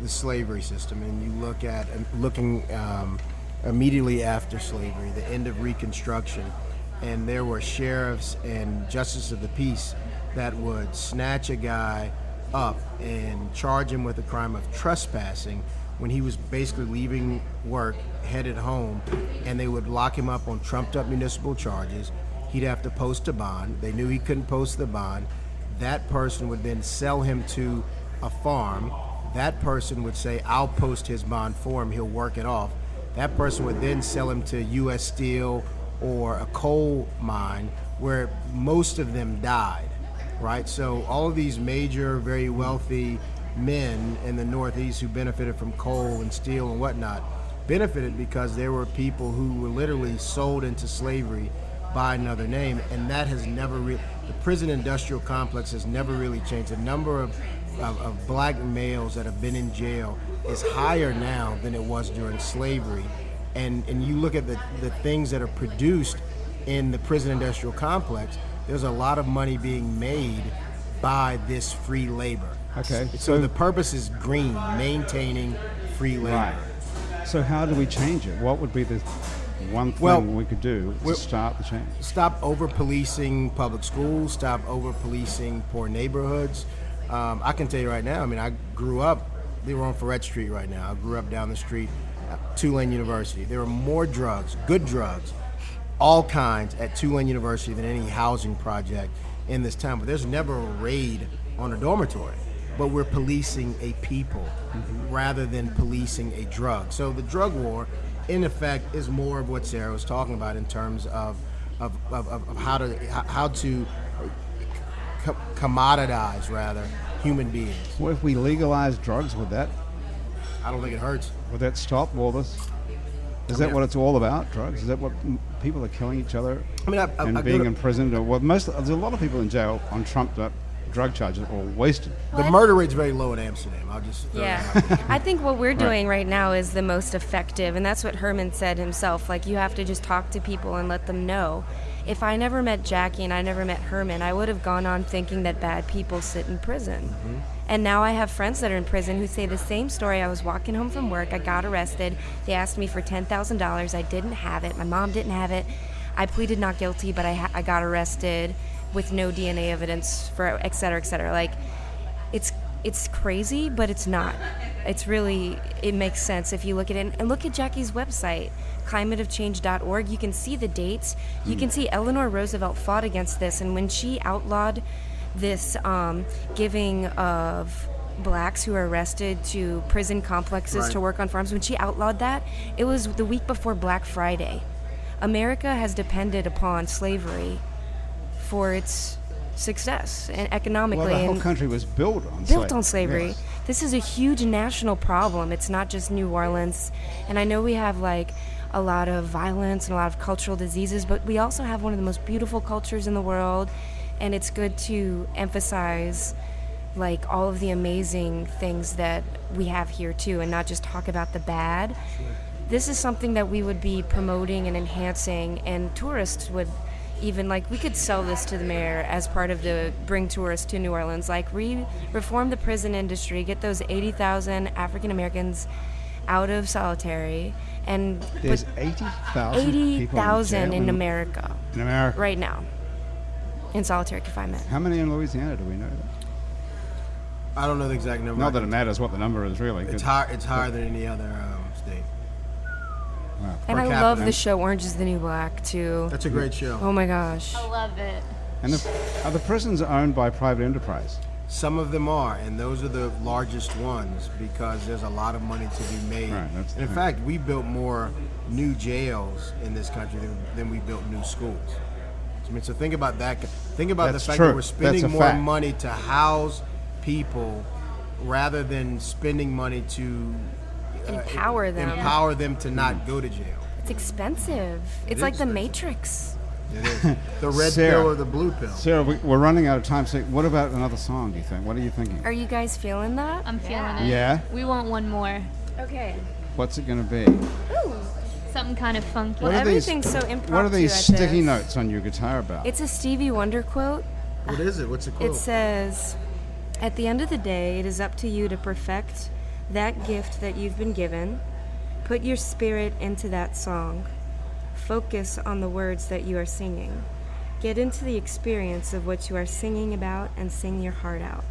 [SPEAKER 5] the slavery system and you look at looking um, immediately after slavery, the end of Reconstruction, and there were sheriffs and justice of the peace that would snatch a guy up and charge him with a crime of trespassing when he was basically leaving work, headed home, and they would lock him up on trumped up municipal charges. He'd have to post a bond. They knew he couldn't post the bond. That person would then sell him to a farm. That person would say, I'll post his bond for him, he'll work it off. That person would then sell him to US Steel or a coal mine where most of them died right? So all of these major, very wealthy men in the Northeast who benefited from coal and steel and whatnot benefited because there were people who were literally sold into slavery by another name, and that has never re- the prison industrial complex has never really changed. The number of, of, of black males that have been in jail is higher now than it was during slavery. And, and you look at the, the things that are produced in the prison industrial complex, there's a lot of money being made by this free labor.
[SPEAKER 1] Okay,
[SPEAKER 5] So, the purpose is green, maintaining free labor.
[SPEAKER 1] Right. So how do we change it? What would be the one thing
[SPEAKER 5] Well,
[SPEAKER 1] we could do to
[SPEAKER 5] we're-
[SPEAKER 1] start the change?
[SPEAKER 5] Stop over policing public schools, stop over policing poor neighborhoods. Um, I can tell you right now, I mean, I grew up, they were on Ferret Street right now. I grew up down the street, at Tulane University. There were more drugs, good drugs, all kinds at Tulane University than any housing project in this town. But there's never a raid on a dormitory. But we're policing a people rather than policing a drug. So the drug war, in effect, is more of what Sarah was talking about in terms of of, of, of, of how to how how to co- commoditize rather human beings.
[SPEAKER 1] Well, if we legalize drugs, would that
[SPEAKER 5] I don't think it hurts.
[SPEAKER 1] would that stop all this? Is that what it's all about? Drugs? Is that what m- people are killing each other
[SPEAKER 5] I mean, I- I-
[SPEAKER 1] and
[SPEAKER 5] I go
[SPEAKER 1] being
[SPEAKER 5] to-
[SPEAKER 1] imprisoned? Or well, most there's a lot of people in jail on trumped up drug charges or wasted.
[SPEAKER 5] The murder rate's very low in Amsterdam. I'll just throw that out there.
[SPEAKER 4] Yeah. I think what we're doing right now is the most effective, and that's what Herman said himself. Like, you have to just talk to people and let them know. If I never met Jackie and I never met Herman, I would have gone on thinking that bad people sit in prison. And now I have friends that are in prison who say the same story. I was walking home from work, I got arrested. They asked me for $10,000. I didn't have it, my mom didn't have it. I pleaded not guilty, but I, ha- I got arrested with no DNA evidence for et cetera, et cetera. Like, it's it's crazy, but it's not. It's really it makes sense if you look at it and look at Jackie's website, climateofchange.org. You can see the dates. You
[SPEAKER 1] Hmm.
[SPEAKER 4] can see Eleanor Roosevelt fought against this, and when she outlawed this um, giving of blacks who were arrested to prison complexes to work on farms, when she outlawed that, it was the week before Black Friday. America has depended upon slavery for its success and economically
[SPEAKER 1] Well, the whole
[SPEAKER 4] and
[SPEAKER 1] country was built on
[SPEAKER 4] built
[SPEAKER 1] slavery.
[SPEAKER 4] on slavery.
[SPEAKER 1] Yes.
[SPEAKER 4] This is a huge national problem. It's not just New Orleans. And I know we have like a lot of violence and a lot of cultural diseases, but we also have one of the most beautiful cultures in the world. And it's good to emphasize like all of the amazing things that we have here too and not just talk about the bad. This is something that we would be promoting and enhancing, and tourists would even like we could sell this to the mayor as part of the bring tourists to New Orleans. Like re reform the prison industry, get those eighty thousand African Americans out of solitary, and
[SPEAKER 1] There's
[SPEAKER 4] put
[SPEAKER 1] eighty thousand
[SPEAKER 4] eighty thousand in
[SPEAKER 1] America.
[SPEAKER 4] America
[SPEAKER 1] In America,
[SPEAKER 4] right now in solitary confinement.
[SPEAKER 1] How many in Louisiana do we know?
[SPEAKER 5] I don't know the exact number.
[SPEAKER 1] Not that it matters what the number is, really.
[SPEAKER 5] it's
[SPEAKER 1] 'cause-
[SPEAKER 5] higher. It's higher than any other um, state.
[SPEAKER 1] wow.
[SPEAKER 4] And
[SPEAKER 5] Per
[SPEAKER 4] I
[SPEAKER 5] capita.
[SPEAKER 4] love the show Orange Is the New Black too.
[SPEAKER 5] That's a great show.
[SPEAKER 4] Oh my gosh.
[SPEAKER 3] I love it.
[SPEAKER 1] And the, are the prisons owned by private enterprise?
[SPEAKER 5] Some of them are, and those are the largest ones because there's a lot of money to be made.
[SPEAKER 1] Right, that's
[SPEAKER 5] and in
[SPEAKER 1] true.
[SPEAKER 5] fact, we built more new jails in this country than, than we built new schools. I mean, so think about that. Think about
[SPEAKER 1] That's
[SPEAKER 5] the fact
[SPEAKER 1] true.
[SPEAKER 5] that we're
[SPEAKER 1] That's a
[SPEAKER 5] spending more
[SPEAKER 1] fact.
[SPEAKER 5] money to house people rather than spending money to uh,
[SPEAKER 4] Empower them.
[SPEAKER 5] Empower them to not go to jail.
[SPEAKER 4] It's expensive. It's
[SPEAKER 5] is
[SPEAKER 4] like the
[SPEAKER 5] expensive.
[SPEAKER 4] Matrix.
[SPEAKER 5] It is. The red
[SPEAKER 1] Sarah.
[SPEAKER 5] pill or the blue pill.
[SPEAKER 1] Sarah, we- we're running out of time. So, what about another song? Do you think? What are you thinking?
[SPEAKER 4] Are you guys feeling that?
[SPEAKER 3] I'm feeling it.
[SPEAKER 1] Yeah.
[SPEAKER 3] We want one more.
[SPEAKER 4] Okay.
[SPEAKER 1] What's it going to be?
[SPEAKER 3] Something kind of funky.
[SPEAKER 1] What are these-
[SPEAKER 4] Everything's so impromptu.
[SPEAKER 1] What are these
[SPEAKER 4] at
[SPEAKER 1] sticky
[SPEAKER 4] this.
[SPEAKER 1] notes on your guitar about?
[SPEAKER 4] It's a Stevie Wonder quote.
[SPEAKER 5] What is it? What's it
[SPEAKER 1] Oh.
[SPEAKER 5] called?
[SPEAKER 4] It says, At the end of the day, it is up to you to perfect that gift that you've been given. Put your spirit into that song. Focus on the words that you are singing. Get into the experience of what you are singing about and sing your heart out.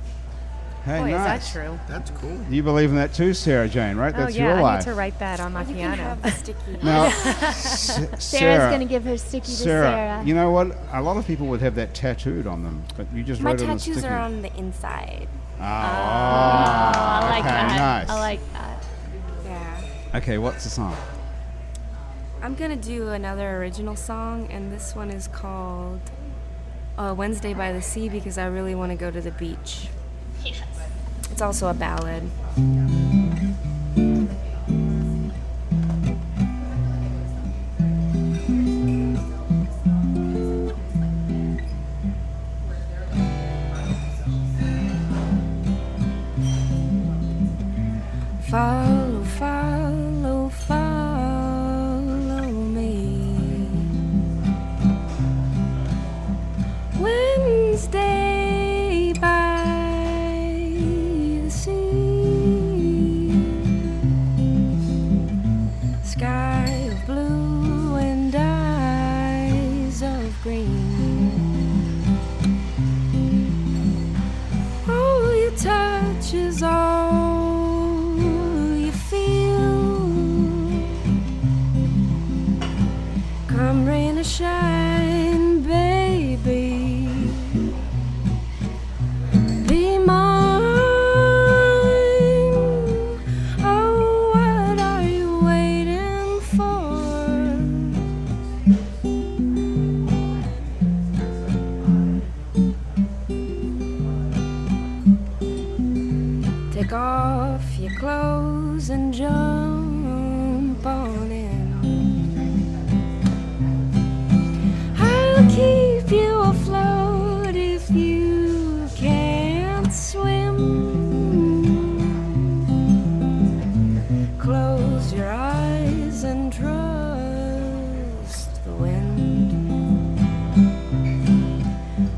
[SPEAKER 1] hey,
[SPEAKER 6] Boy,
[SPEAKER 1] nice.
[SPEAKER 6] is that true?
[SPEAKER 5] That's cool.
[SPEAKER 1] You believe in that too, Sarah Jane, right? That's
[SPEAKER 6] oh yeah,
[SPEAKER 1] your
[SPEAKER 6] I
[SPEAKER 1] life.
[SPEAKER 6] need to write that on my piano.
[SPEAKER 4] sticky.
[SPEAKER 1] Now, S-
[SPEAKER 3] Sarah's
[SPEAKER 1] Sarah,
[SPEAKER 3] gonna give her sticky to
[SPEAKER 1] Sarah,
[SPEAKER 3] Sarah.
[SPEAKER 1] you know what? A lot of people would have that tattooed on them, but you just
[SPEAKER 4] My
[SPEAKER 1] wrote it on the
[SPEAKER 4] tattoos
[SPEAKER 1] sticky.
[SPEAKER 4] are on the inside.
[SPEAKER 1] Oh,
[SPEAKER 3] I like
[SPEAKER 1] okay,
[SPEAKER 3] that.
[SPEAKER 1] nice.
[SPEAKER 3] I like that.
[SPEAKER 4] Yeah.
[SPEAKER 1] Okay, what's the song?
[SPEAKER 4] I'm gonna do another original song, and this one is called uh, Wednesday by the Sea because I really want to go to the beach. It's also a ballad. Follow, follow, follow me. Wednesday by the sea. Sky of blue and eyes of green. All you touch is all you feel. Come rain or shine, baby. Be mine. Oh, what are you waiting for? Take off your clothes and jump on in. I'll keep you afloat if you can't swim. Close your eyes and trust the wind.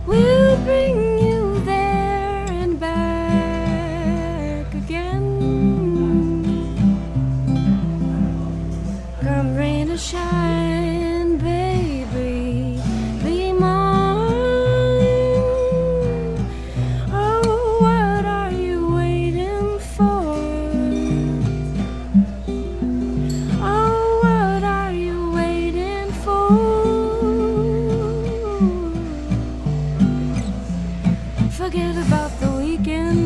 [SPEAKER 4] We'll bring you there and back again. Come rain or shine, baby, be mine. Oh, what are you waiting for? Oh, what are you waiting for? Forget about the weekend.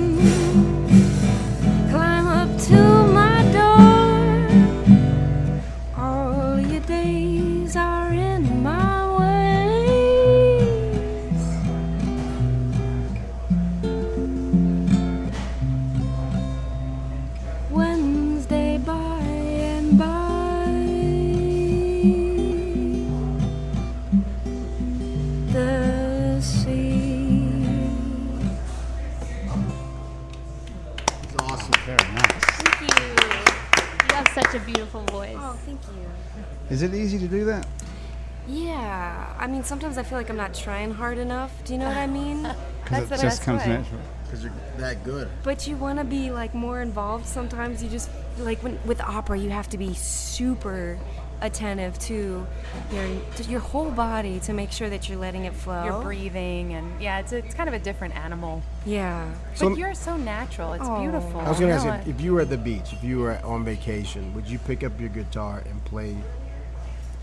[SPEAKER 4] Climb up to my door. All your days are in my ways. Wednesday by and by the sea.
[SPEAKER 5] It's awesome.
[SPEAKER 1] Very nice.
[SPEAKER 4] Thank you.
[SPEAKER 3] You have such a beautiful voice.
[SPEAKER 4] Oh, thank you.
[SPEAKER 1] Is it easy to do that?
[SPEAKER 4] Yeah. I mean, sometimes I feel like I'm not trying hard enough. Do you know what I mean?
[SPEAKER 1] Because
[SPEAKER 6] the
[SPEAKER 1] it just
[SPEAKER 6] best
[SPEAKER 1] comes
[SPEAKER 6] way.
[SPEAKER 1] natural.
[SPEAKER 5] Because you're that good.
[SPEAKER 4] but you want to be like more involved. Sometimes you just like when, with opera, you have to be super attentive to your to your whole body to make sure that you're letting it flow.
[SPEAKER 6] You're breathing, and yeah, it's it's kind of a different animal.
[SPEAKER 4] Yeah.
[SPEAKER 5] So-
[SPEAKER 6] but you're so natural. It's
[SPEAKER 4] Oh.
[SPEAKER 6] beautiful.
[SPEAKER 5] I was going to
[SPEAKER 6] You know
[SPEAKER 5] ask you,
[SPEAKER 6] what?
[SPEAKER 5] if you were at the beach, if you were on vacation, would you pick up your guitar and play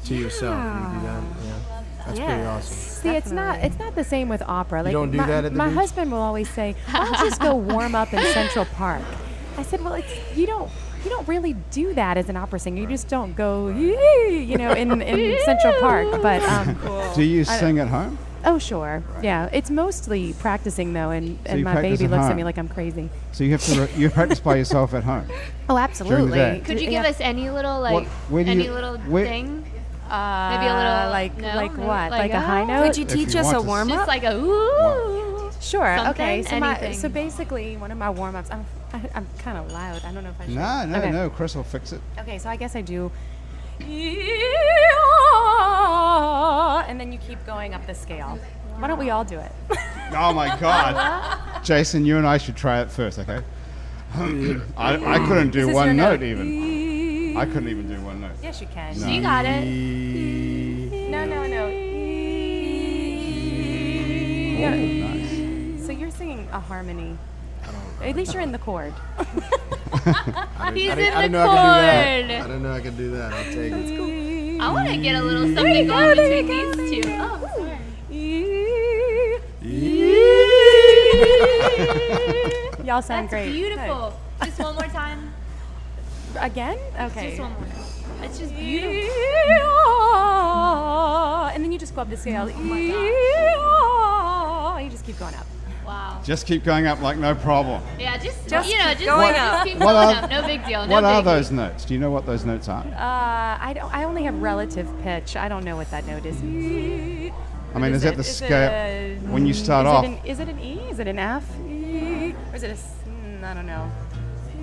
[SPEAKER 5] to yourself. You do that. Yeah. That's pretty awesome.
[SPEAKER 4] Yes,
[SPEAKER 6] See, it's not
[SPEAKER 4] definitely.
[SPEAKER 6] it's not the same with opera. Like
[SPEAKER 5] don't do
[SPEAKER 6] my,
[SPEAKER 5] that at the
[SPEAKER 6] my
[SPEAKER 5] beach?
[SPEAKER 6] husband will always say, "I'll just go warm up in Central Park." I said, "Well, it's you don't you don't really do that as an opera singer. You just don't go, "Yee," you know, in, in Central Park." But um,
[SPEAKER 1] Do you sing at home?
[SPEAKER 6] oh, sure, yeah. It's mostly practicing though, and, and
[SPEAKER 1] you
[SPEAKER 6] my
[SPEAKER 1] practice
[SPEAKER 6] baby
[SPEAKER 1] at
[SPEAKER 6] looks at
[SPEAKER 1] home.
[SPEAKER 6] me like I'm crazy.
[SPEAKER 1] So you have to re- you practice by yourself at home.
[SPEAKER 6] Oh,
[SPEAKER 1] day.
[SPEAKER 6] absolutely.
[SPEAKER 3] Could you give
[SPEAKER 6] Yeah.
[SPEAKER 3] us any little like
[SPEAKER 1] where do
[SPEAKER 3] any
[SPEAKER 1] you-
[SPEAKER 3] little
[SPEAKER 1] where-
[SPEAKER 3] thing?
[SPEAKER 6] Uh,
[SPEAKER 3] Maybe a little
[SPEAKER 6] like
[SPEAKER 3] no,
[SPEAKER 6] like
[SPEAKER 3] maybe
[SPEAKER 6] what? Like, a high
[SPEAKER 3] oh,
[SPEAKER 6] note?
[SPEAKER 4] Could you
[SPEAKER 1] If you
[SPEAKER 4] teach us
[SPEAKER 1] want
[SPEAKER 4] a
[SPEAKER 1] to-
[SPEAKER 4] warm
[SPEAKER 3] Just
[SPEAKER 4] up?
[SPEAKER 3] like a ooh.
[SPEAKER 6] Sure.
[SPEAKER 3] Something,
[SPEAKER 6] okay. So, my,
[SPEAKER 3] anything.
[SPEAKER 6] so basically, one of my warm ups. I'm, I, I'm kind of loud. I don't know if I should.
[SPEAKER 1] No, no,
[SPEAKER 6] okay.
[SPEAKER 1] no. Chris will fix it.
[SPEAKER 6] Okay. So I guess I do. And then you keep going up the scale. Why don't we all do it?
[SPEAKER 1] Oh my God, Jason, you and I should try it first, okay? I, I couldn't do
[SPEAKER 6] Is this your
[SPEAKER 1] one note
[SPEAKER 6] note?
[SPEAKER 1] even. I couldn't even do one note.
[SPEAKER 6] Yes, you can.
[SPEAKER 3] You got it.
[SPEAKER 6] No, no, no.
[SPEAKER 1] Oh, nice.
[SPEAKER 6] So you're singing a harmony. At least you're in the chord.
[SPEAKER 3] Oh, He's
[SPEAKER 5] I
[SPEAKER 3] in
[SPEAKER 5] didn't, I
[SPEAKER 3] the
[SPEAKER 5] didn't know I could do
[SPEAKER 3] chord.
[SPEAKER 5] that. I didn't know I could do that. I'll take it.
[SPEAKER 3] I want to get a little something going between these two. Oh, sorry.
[SPEAKER 6] Y'all sound
[SPEAKER 3] That's
[SPEAKER 6] great.
[SPEAKER 3] beautiful. Just one more time.
[SPEAKER 6] Good. Again? Okay.
[SPEAKER 3] Just one more. That's just beautiful.
[SPEAKER 6] And then you just go up the scale.
[SPEAKER 3] Oh my
[SPEAKER 6] And you just keep going up.
[SPEAKER 3] Wow.
[SPEAKER 1] Just keep going up like no problem.
[SPEAKER 3] Yeah, just,
[SPEAKER 4] Just
[SPEAKER 3] you know,
[SPEAKER 4] keep
[SPEAKER 3] just,
[SPEAKER 4] going
[SPEAKER 3] just
[SPEAKER 4] up.
[SPEAKER 3] keep
[SPEAKER 1] What
[SPEAKER 3] going
[SPEAKER 1] are-
[SPEAKER 3] up. No big deal. No
[SPEAKER 1] what
[SPEAKER 3] biggie.
[SPEAKER 1] are those notes? Do you know what those notes are?
[SPEAKER 6] Uh, I, don't, I only have relative pitch. I don't know what that note is.
[SPEAKER 1] I mean, is that the scale
[SPEAKER 6] it a-
[SPEAKER 1] when you start
[SPEAKER 6] is
[SPEAKER 1] off?
[SPEAKER 6] It an, is it an E? Is it an F? E? Or is it a? S- mm, I don't know.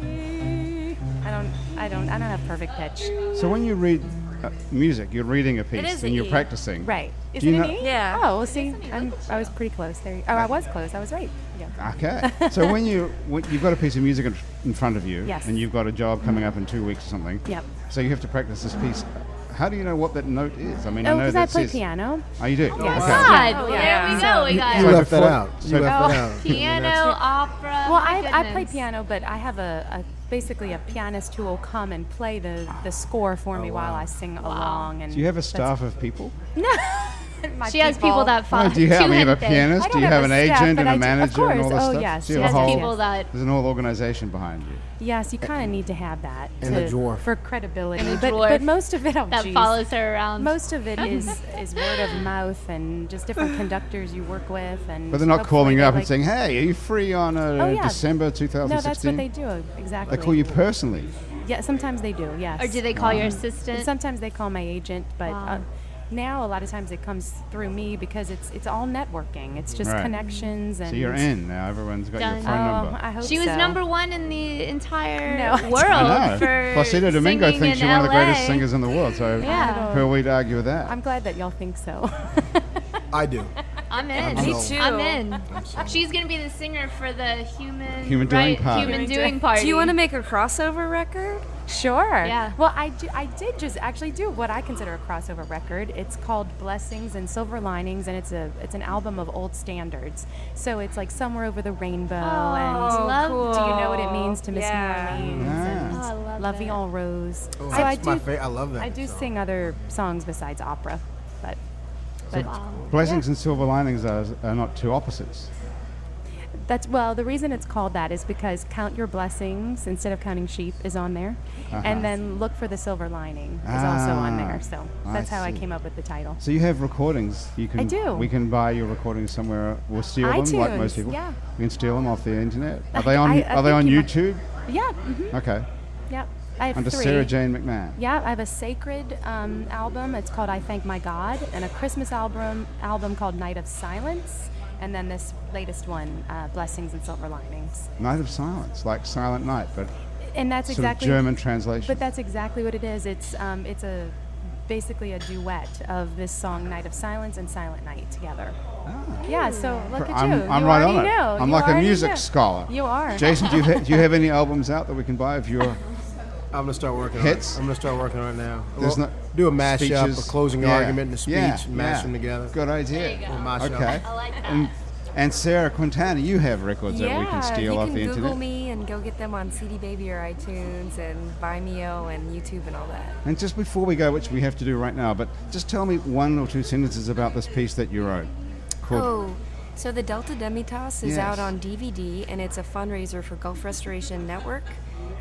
[SPEAKER 6] E? I don't. I don't. I don't have perfect pitch.
[SPEAKER 1] So when you read uh, music, you're reading a piece
[SPEAKER 4] is
[SPEAKER 1] and
[SPEAKER 4] a
[SPEAKER 1] you're
[SPEAKER 4] E.
[SPEAKER 1] practicing.
[SPEAKER 6] Right. Is
[SPEAKER 1] Do
[SPEAKER 6] it
[SPEAKER 1] you
[SPEAKER 6] an
[SPEAKER 1] know-
[SPEAKER 6] E?
[SPEAKER 4] Yeah.
[SPEAKER 6] Oh, well, see, I'm, I was pretty close. There. You, oh, I was close. I was right. Yeah.
[SPEAKER 1] Okay. So when you when you've got a piece of music in- in front of you,
[SPEAKER 6] Yes.
[SPEAKER 1] and you've got a job coming up in two weeks or something.
[SPEAKER 6] Yep.
[SPEAKER 1] So you have to practice this piece. How do you know what that note is? I mean, I
[SPEAKER 6] Oh,
[SPEAKER 1] know
[SPEAKER 6] because
[SPEAKER 1] that
[SPEAKER 6] I play
[SPEAKER 1] says-
[SPEAKER 6] piano.
[SPEAKER 1] Oh, you do.
[SPEAKER 6] Yes. Ah!
[SPEAKER 1] Okay.
[SPEAKER 3] God,
[SPEAKER 4] Oh,
[SPEAKER 3] well,
[SPEAKER 4] yeah.
[SPEAKER 3] there we go. We got
[SPEAKER 5] You
[SPEAKER 1] So
[SPEAKER 5] left that
[SPEAKER 1] before-
[SPEAKER 5] out. You
[SPEAKER 1] so-
[SPEAKER 5] left that out. I mean,
[SPEAKER 3] piano,
[SPEAKER 5] that's-
[SPEAKER 3] opera.
[SPEAKER 6] Well,
[SPEAKER 3] Oh my
[SPEAKER 6] I, I play
[SPEAKER 3] goodness.
[SPEAKER 6] piano, but I have a, a basically a pianist who will come and play the, the score for me while I sing along. And
[SPEAKER 1] Oh, Do you have a
[SPEAKER 6] that's
[SPEAKER 1] staff of people?
[SPEAKER 6] my
[SPEAKER 3] She has people that follow.
[SPEAKER 1] Oh, do you have, I mean, you have a
[SPEAKER 3] Gente.
[SPEAKER 1] pianist?
[SPEAKER 6] I
[SPEAKER 1] Do
[SPEAKER 6] don't
[SPEAKER 1] you have
[SPEAKER 6] have
[SPEAKER 1] an
[SPEAKER 6] a staff,
[SPEAKER 1] agent
[SPEAKER 6] but
[SPEAKER 1] and
[SPEAKER 6] I
[SPEAKER 1] a
[SPEAKER 6] do- of
[SPEAKER 1] manager and all
[SPEAKER 6] course.
[SPEAKER 1] this
[SPEAKER 6] Oh,
[SPEAKER 1] stuff?
[SPEAKER 6] yes,
[SPEAKER 1] Do you
[SPEAKER 6] yes,
[SPEAKER 1] have a
[SPEAKER 3] Has
[SPEAKER 1] whole,
[SPEAKER 3] people that.
[SPEAKER 1] There's an whole organization behind you.
[SPEAKER 6] Yes, you kind of need to have that
[SPEAKER 5] And a
[SPEAKER 6] to-
[SPEAKER 5] drawer.
[SPEAKER 6] for credibility.
[SPEAKER 3] And a
[SPEAKER 6] but,
[SPEAKER 3] drawer
[SPEAKER 6] but most of it, oh,
[SPEAKER 3] That
[SPEAKER 6] geez.
[SPEAKER 3] follows her around.
[SPEAKER 6] Most of it is is word of mouth and just different conductors you work with, and
[SPEAKER 1] But they're not
[SPEAKER 6] hopefully
[SPEAKER 1] calling you
[SPEAKER 6] they
[SPEAKER 1] up and
[SPEAKER 6] like-
[SPEAKER 1] saying, hey, are you free on uh,
[SPEAKER 6] Oh, yeah.
[SPEAKER 1] December
[SPEAKER 6] No, that's
[SPEAKER 1] 2016?
[SPEAKER 6] what they do exactly.
[SPEAKER 1] They call you personally.
[SPEAKER 6] Yeah, sometimes they do. Yes.
[SPEAKER 3] or do they call your assistant?
[SPEAKER 6] Sometimes they call my agent, but
[SPEAKER 3] Wow.
[SPEAKER 6] uh, now a lot of times it comes through me because it's it's all networking. It's just
[SPEAKER 1] Right.
[SPEAKER 6] connections and.
[SPEAKER 1] So you're in now. Everyone's got your
[SPEAKER 3] Done.
[SPEAKER 1] phone
[SPEAKER 6] Oh,
[SPEAKER 1] number.
[SPEAKER 6] I hope
[SPEAKER 3] She was
[SPEAKER 6] so.
[SPEAKER 3] number one in the entire
[SPEAKER 6] No.
[SPEAKER 3] world
[SPEAKER 1] I know.
[SPEAKER 3] for
[SPEAKER 1] Placido Domingo
[SPEAKER 3] singing
[SPEAKER 1] thinks
[SPEAKER 3] in
[SPEAKER 1] you're one of the greatest
[SPEAKER 3] LA.
[SPEAKER 1] singers in the world. So
[SPEAKER 3] Yeah.
[SPEAKER 1] who are we to argue with that?
[SPEAKER 6] I'm glad that y'all think so.
[SPEAKER 5] I do. Oh,
[SPEAKER 3] I'm in.
[SPEAKER 5] Me
[SPEAKER 4] too.
[SPEAKER 3] I'm in.
[SPEAKER 5] sold.
[SPEAKER 3] She's gonna be the singer for the human
[SPEAKER 1] Human doing
[SPEAKER 3] right,
[SPEAKER 1] party.
[SPEAKER 3] Human
[SPEAKER 6] Human
[SPEAKER 3] doing
[SPEAKER 6] doing-
[SPEAKER 3] party.
[SPEAKER 4] Do you want to make a crossover record?
[SPEAKER 6] Sure.
[SPEAKER 3] Yeah.
[SPEAKER 6] Well, I, do, I did just actually do what I consider a crossover record. It's called Blessings and Silver Linings, and it's a it's an album of old standards. So it's like Somewhere Over the Rainbow
[SPEAKER 3] Oh,
[SPEAKER 6] and
[SPEAKER 3] love-
[SPEAKER 6] Do you know what it means to Miss
[SPEAKER 4] Yeah.
[SPEAKER 6] New
[SPEAKER 3] Oh,
[SPEAKER 6] Orleans?
[SPEAKER 3] I love
[SPEAKER 6] And Love
[SPEAKER 3] that.
[SPEAKER 6] Me All Rose.
[SPEAKER 5] Oh,
[SPEAKER 6] so I
[SPEAKER 5] that's my
[SPEAKER 6] do
[SPEAKER 5] fa- I love that.
[SPEAKER 6] I do
[SPEAKER 5] song.
[SPEAKER 6] sing other songs besides opera, but but
[SPEAKER 1] Blessings and silver linings are, are not two opposites.
[SPEAKER 6] That's well. The reason it's called that is because "Count Your Blessings" instead of "Counting Sheep" is on there,
[SPEAKER 1] Uh-huh.
[SPEAKER 6] and then "Look for the Silver Lining" is also on
[SPEAKER 1] Ah,
[SPEAKER 6] there. So
[SPEAKER 1] I
[SPEAKER 6] that's how I
[SPEAKER 1] see.
[SPEAKER 6] came up with the title.
[SPEAKER 1] So you have recordings. You can.
[SPEAKER 6] do.
[SPEAKER 1] We can buy your recordings somewhere. We'll steal them, like most
[SPEAKER 6] iTunes,
[SPEAKER 1] people.
[SPEAKER 6] yeah.
[SPEAKER 1] You can steal them off the internet. Are
[SPEAKER 6] I-
[SPEAKER 1] they on?
[SPEAKER 6] I- I
[SPEAKER 1] are they
[SPEAKER 6] think
[SPEAKER 1] on
[SPEAKER 6] you might-
[SPEAKER 1] YouTube?
[SPEAKER 6] Yeah. hmm
[SPEAKER 1] Okay.
[SPEAKER 6] Yeah. I have
[SPEAKER 1] Under
[SPEAKER 6] three.
[SPEAKER 1] Sarah Jane McMahon.
[SPEAKER 6] Yeah, I have a sacred um, album. It's called "I Thank My God," and a Christmas album album called "Night of Silence," and then this latest one, uh, "Blessings and Silver Linings."
[SPEAKER 1] Night of Silence, like Silent Night, but
[SPEAKER 6] And that's
[SPEAKER 1] sort
[SPEAKER 6] exactly
[SPEAKER 1] of German translation.
[SPEAKER 6] But that's exactly what it is. It's um, it's a basically a duet of this song "Night of Silence" and "Silent Night" together. Yeah. So look at
[SPEAKER 1] Ah. I'm,
[SPEAKER 6] you.
[SPEAKER 1] I'm
[SPEAKER 6] you
[SPEAKER 1] right
[SPEAKER 6] already
[SPEAKER 1] on it.
[SPEAKER 6] Know.
[SPEAKER 1] I'm
[SPEAKER 6] You
[SPEAKER 1] like a
[SPEAKER 6] already
[SPEAKER 1] music
[SPEAKER 6] know.
[SPEAKER 1] scholar.
[SPEAKER 6] You are.
[SPEAKER 1] Jason, do you, ha- do you have any albums out that we can buy of your?
[SPEAKER 5] I'm gonna start working
[SPEAKER 1] Hits?
[SPEAKER 5] on it. I'm gonna start working on it now.
[SPEAKER 1] There's
[SPEAKER 5] Well,
[SPEAKER 1] no
[SPEAKER 5] do a mashup,
[SPEAKER 1] speeches?
[SPEAKER 5] a closing
[SPEAKER 1] Yeah,
[SPEAKER 5] argument, and a speech,
[SPEAKER 1] yeah,
[SPEAKER 5] mash
[SPEAKER 1] yeah.
[SPEAKER 5] them together.
[SPEAKER 1] Good idea.
[SPEAKER 5] We'll mash it up.
[SPEAKER 1] Okay.
[SPEAKER 3] I like that.
[SPEAKER 1] And And Sarah Quintana, you have records
[SPEAKER 4] yeah,
[SPEAKER 1] that we can steal
[SPEAKER 4] you
[SPEAKER 1] off
[SPEAKER 4] can
[SPEAKER 1] the
[SPEAKER 4] Google
[SPEAKER 1] internet.
[SPEAKER 4] me and go get them on CD Baby or iTunes and Vimeo and YouTube and all that.
[SPEAKER 1] And just before we go, which we have to do right now, but just tell me one or two sentences about this piece that you wrote. Called
[SPEAKER 4] Oh, so the Delta Demitas is
[SPEAKER 1] Yes.
[SPEAKER 4] out on DVD and it's a fundraiser for Gulf Restoration Network.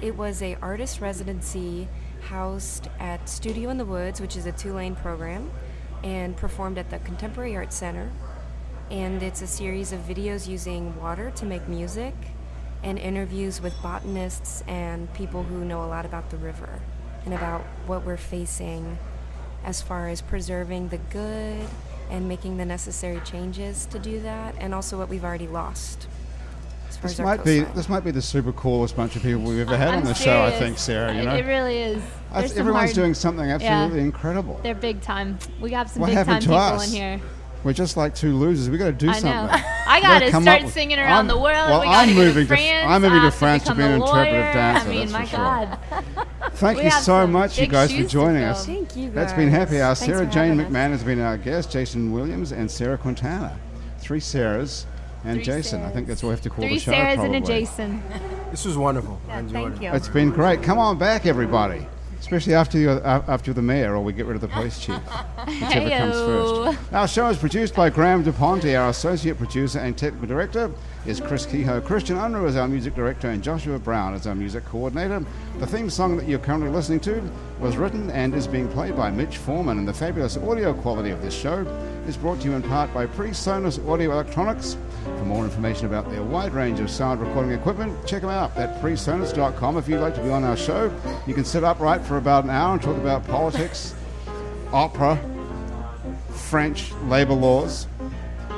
[SPEAKER 4] It was a artist residency housed at Studio in the Woods, which is a two-lane program, and performed at the Contemporary Arts Center. And it's a series of videos using water to make music and interviews with botanists and people who know a lot about the river and about what we're facing as far as preserving the good and making the necessary changes to do that, and also what we've already lost. As far
[SPEAKER 1] This
[SPEAKER 4] as our
[SPEAKER 1] might be
[SPEAKER 4] coastline.
[SPEAKER 1] this might be the super coolest bunch of people we've ever had
[SPEAKER 3] I'm
[SPEAKER 1] on the show. I
[SPEAKER 3] serious.
[SPEAKER 1] think Sarah, you
[SPEAKER 3] It-
[SPEAKER 1] know,
[SPEAKER 3] It really is.
[SPEAKER 1] Us-
[SPEAKER 3] There's some
[SPEAKER 1] everyone's
[SPEAKER 3] hard-
[SPEAKER 1] doing something absolutely incredible.
[SPEAKER 3] They're big time. We got some
[SPEAKER 1] What
[SPEAKER 3] big time
[SPEAKER 1] happened
[SPEAKER 3] people
[SPEAKER 1] to us?
[SPEAKER 3] in here.
[SPEAKER 1] We're just like two losers. We got to do
[SPEAKER 3] I
[SPEAKER 1] something.
[SPEAKER 3] know. I got
[SPEAKER 1] Gotta
[SPEAKER 3] to
[SPEAKER 1] come
[SPEAKER 3] start
[SPEAKER 1] up with-
[SPEAKER 3] singing around
[SPEAKER 1] I'm-
[SPEAKER 3] the world.
[SPEAKER 1] Well,
[SPEAKER 3] we gotta
[SPEAKER 1] I'm
[SPEAKER 3] go
[SPEAKER 1] moving
[SPEAKER 3] to
[SPEAKER 1] to,
[SPEAKER 3] France.
[SPEAKER 1] I'm moving
[SPEAKER 3] I
[SPEAKER 1] to
[SPEAKER 3] have
[SPEAKER 1] France to
[SPEAKER 3] become
[SPEAKER 1] be an
[SPEAKER 3] a
[SPEAKER 1] interpretive
[SPEAKER 3] lawyer.
[SPEAKER 1] dancer.
[SPEAKER 3] I mean,
[SPEAKER 1] that's
[SPEAKER 3] my
[SPEAKER 1] for sure.
[SPEAKER 3] God.
[SPEAKER 1] Thank
[SPEAKER 3] We
[SPEAKER 1] you
[SPEAKER 3] have
[SPEAKER 1] so
[SPEAKER 3] some
[SPEAKER 1] much, you
[SPEAKER 3] big
[SPEAKER 1] guys, for
[SPEAKER 3] shoes to
[SPEAKER 1] joining
[SPEAKER 3] fill.
[SPEAKER 1] us.
[SPEAKER 4] Thank you,
[SPEAKER 1] That's been
[SPEAKER 4] guys.
[SPEAKER 1] Happy Hour.
[SPEAKER 4] Thanks
[SPEAKER 1] Sarah
[SPEAKER 4] for
[SPEAKER 1] Jane
[SPEAKER 4] having us.
[SPEAKER 1] McMahon has been our guest, Jason Williams and Sarah Quintana. Three Sarahs and
[SPEAKER 3] Three
[SPEAKER 1] Jason. I think
[SPEAKER 3] Sarahs.
[SPEAKER 1] that's what we have to call
[SPEAKER 3] Three
[SPEAKER 1] the show.
[SPEAKER 3] Sarahs
[SPEAKER 1] probably.
[SPEAKER 3] and a Jason.
[SPEAKER 5] This was wonderful. I enjoyed
[SPEAKER 6] thank
[SPEAKER 5] it.
[SPEAKER 6] you.
[SPEAKER 1] It's been great. Come on back, everybody. Especially after you, uh, after you're the mayor, or we get rid of the police chief, whichever comes
[SPEAKER 3] Heyo.
[SPEAKER 1] first. Our show is produced by Graham DePonte. Our associate producer and technical director is Chris Kehoe. Christian Unruh is our music director, and Joshua Brown is our music coordinator. The theme song that you're currently listening to was written and is being played by Mitch Foreman. And the fabulous audio quality of this show is brought to you in part by PreSonus Audio Electronics. For more information about their wide range of sound recording equipment, check them out at presonus.com. If you'd like to be on our show, you can sit upright for about an hour and talk about politics, opera, French labor laws,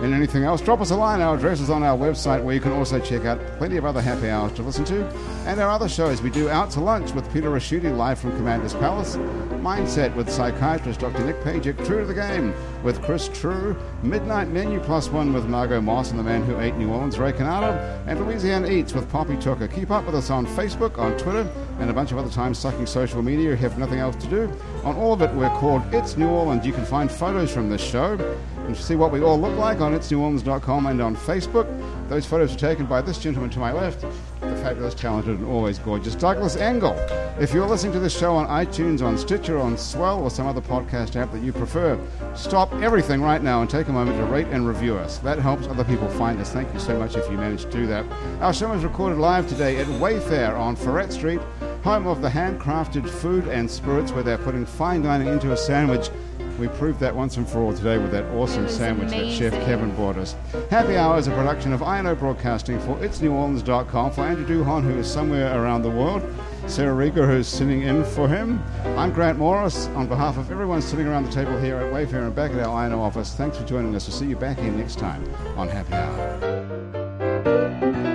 [SPEAKER 1] and anything else, drop us a line. Our address is on our website where you can also check out plenty of other happy hours to listen to and our other shows. We do Out to Lunch with Peter Raschuti live from Commander's Palace, Mindset with psychiatrist Dr. Nick Pajic, True to the Game with Chris True, Midnight Menu Plus One with Margot Moss and the man who ate New Orleans, Ray Canado, and Louisiana Eats with Poppy Tucker. Keep up with us on Facebook, on Twitter, and a bunch of other times sucking social media if you have nothing else to do. On all of it, we're called It's New Orleans. You can find photos from this show and see what we all look like on itsneworleans.com and on Facebook. Those photos are taken by this gentleman to my left, the fabulous, talented, and always gorgeous Douglas Engel. If you're listening to this show on iTunes, on Stitcher, on Swell, or some other podcast app that you prefer, stop everything right now and take a moment to rate and review us. That helps other people find us. Thank you so much if you manage to do that. Our show is recorded live today at Wayfair on Ferret Street, home of the handcrafted food and spirits where they're putting fine dining into a sandwich. We proved that once and for all today with that awesome
[SPEAKER 3] It was
[SPEAKER 1] sandwich that Chef
[SPEAKER 3] amazing.
[SPEAKER 1] Kevin brought us. Happy Hour is a production of INO Broadcasting for itsneworleans.com for Andrew Duhon, who is somewhere around the world, Sarah Rieger, who's sitting in for him. I'm Grant Morris. On behalf of everyone sitting around the table here at Wayfair and back at our INO office, thanks for joining us. We'll see you back here next time on Happy Hour.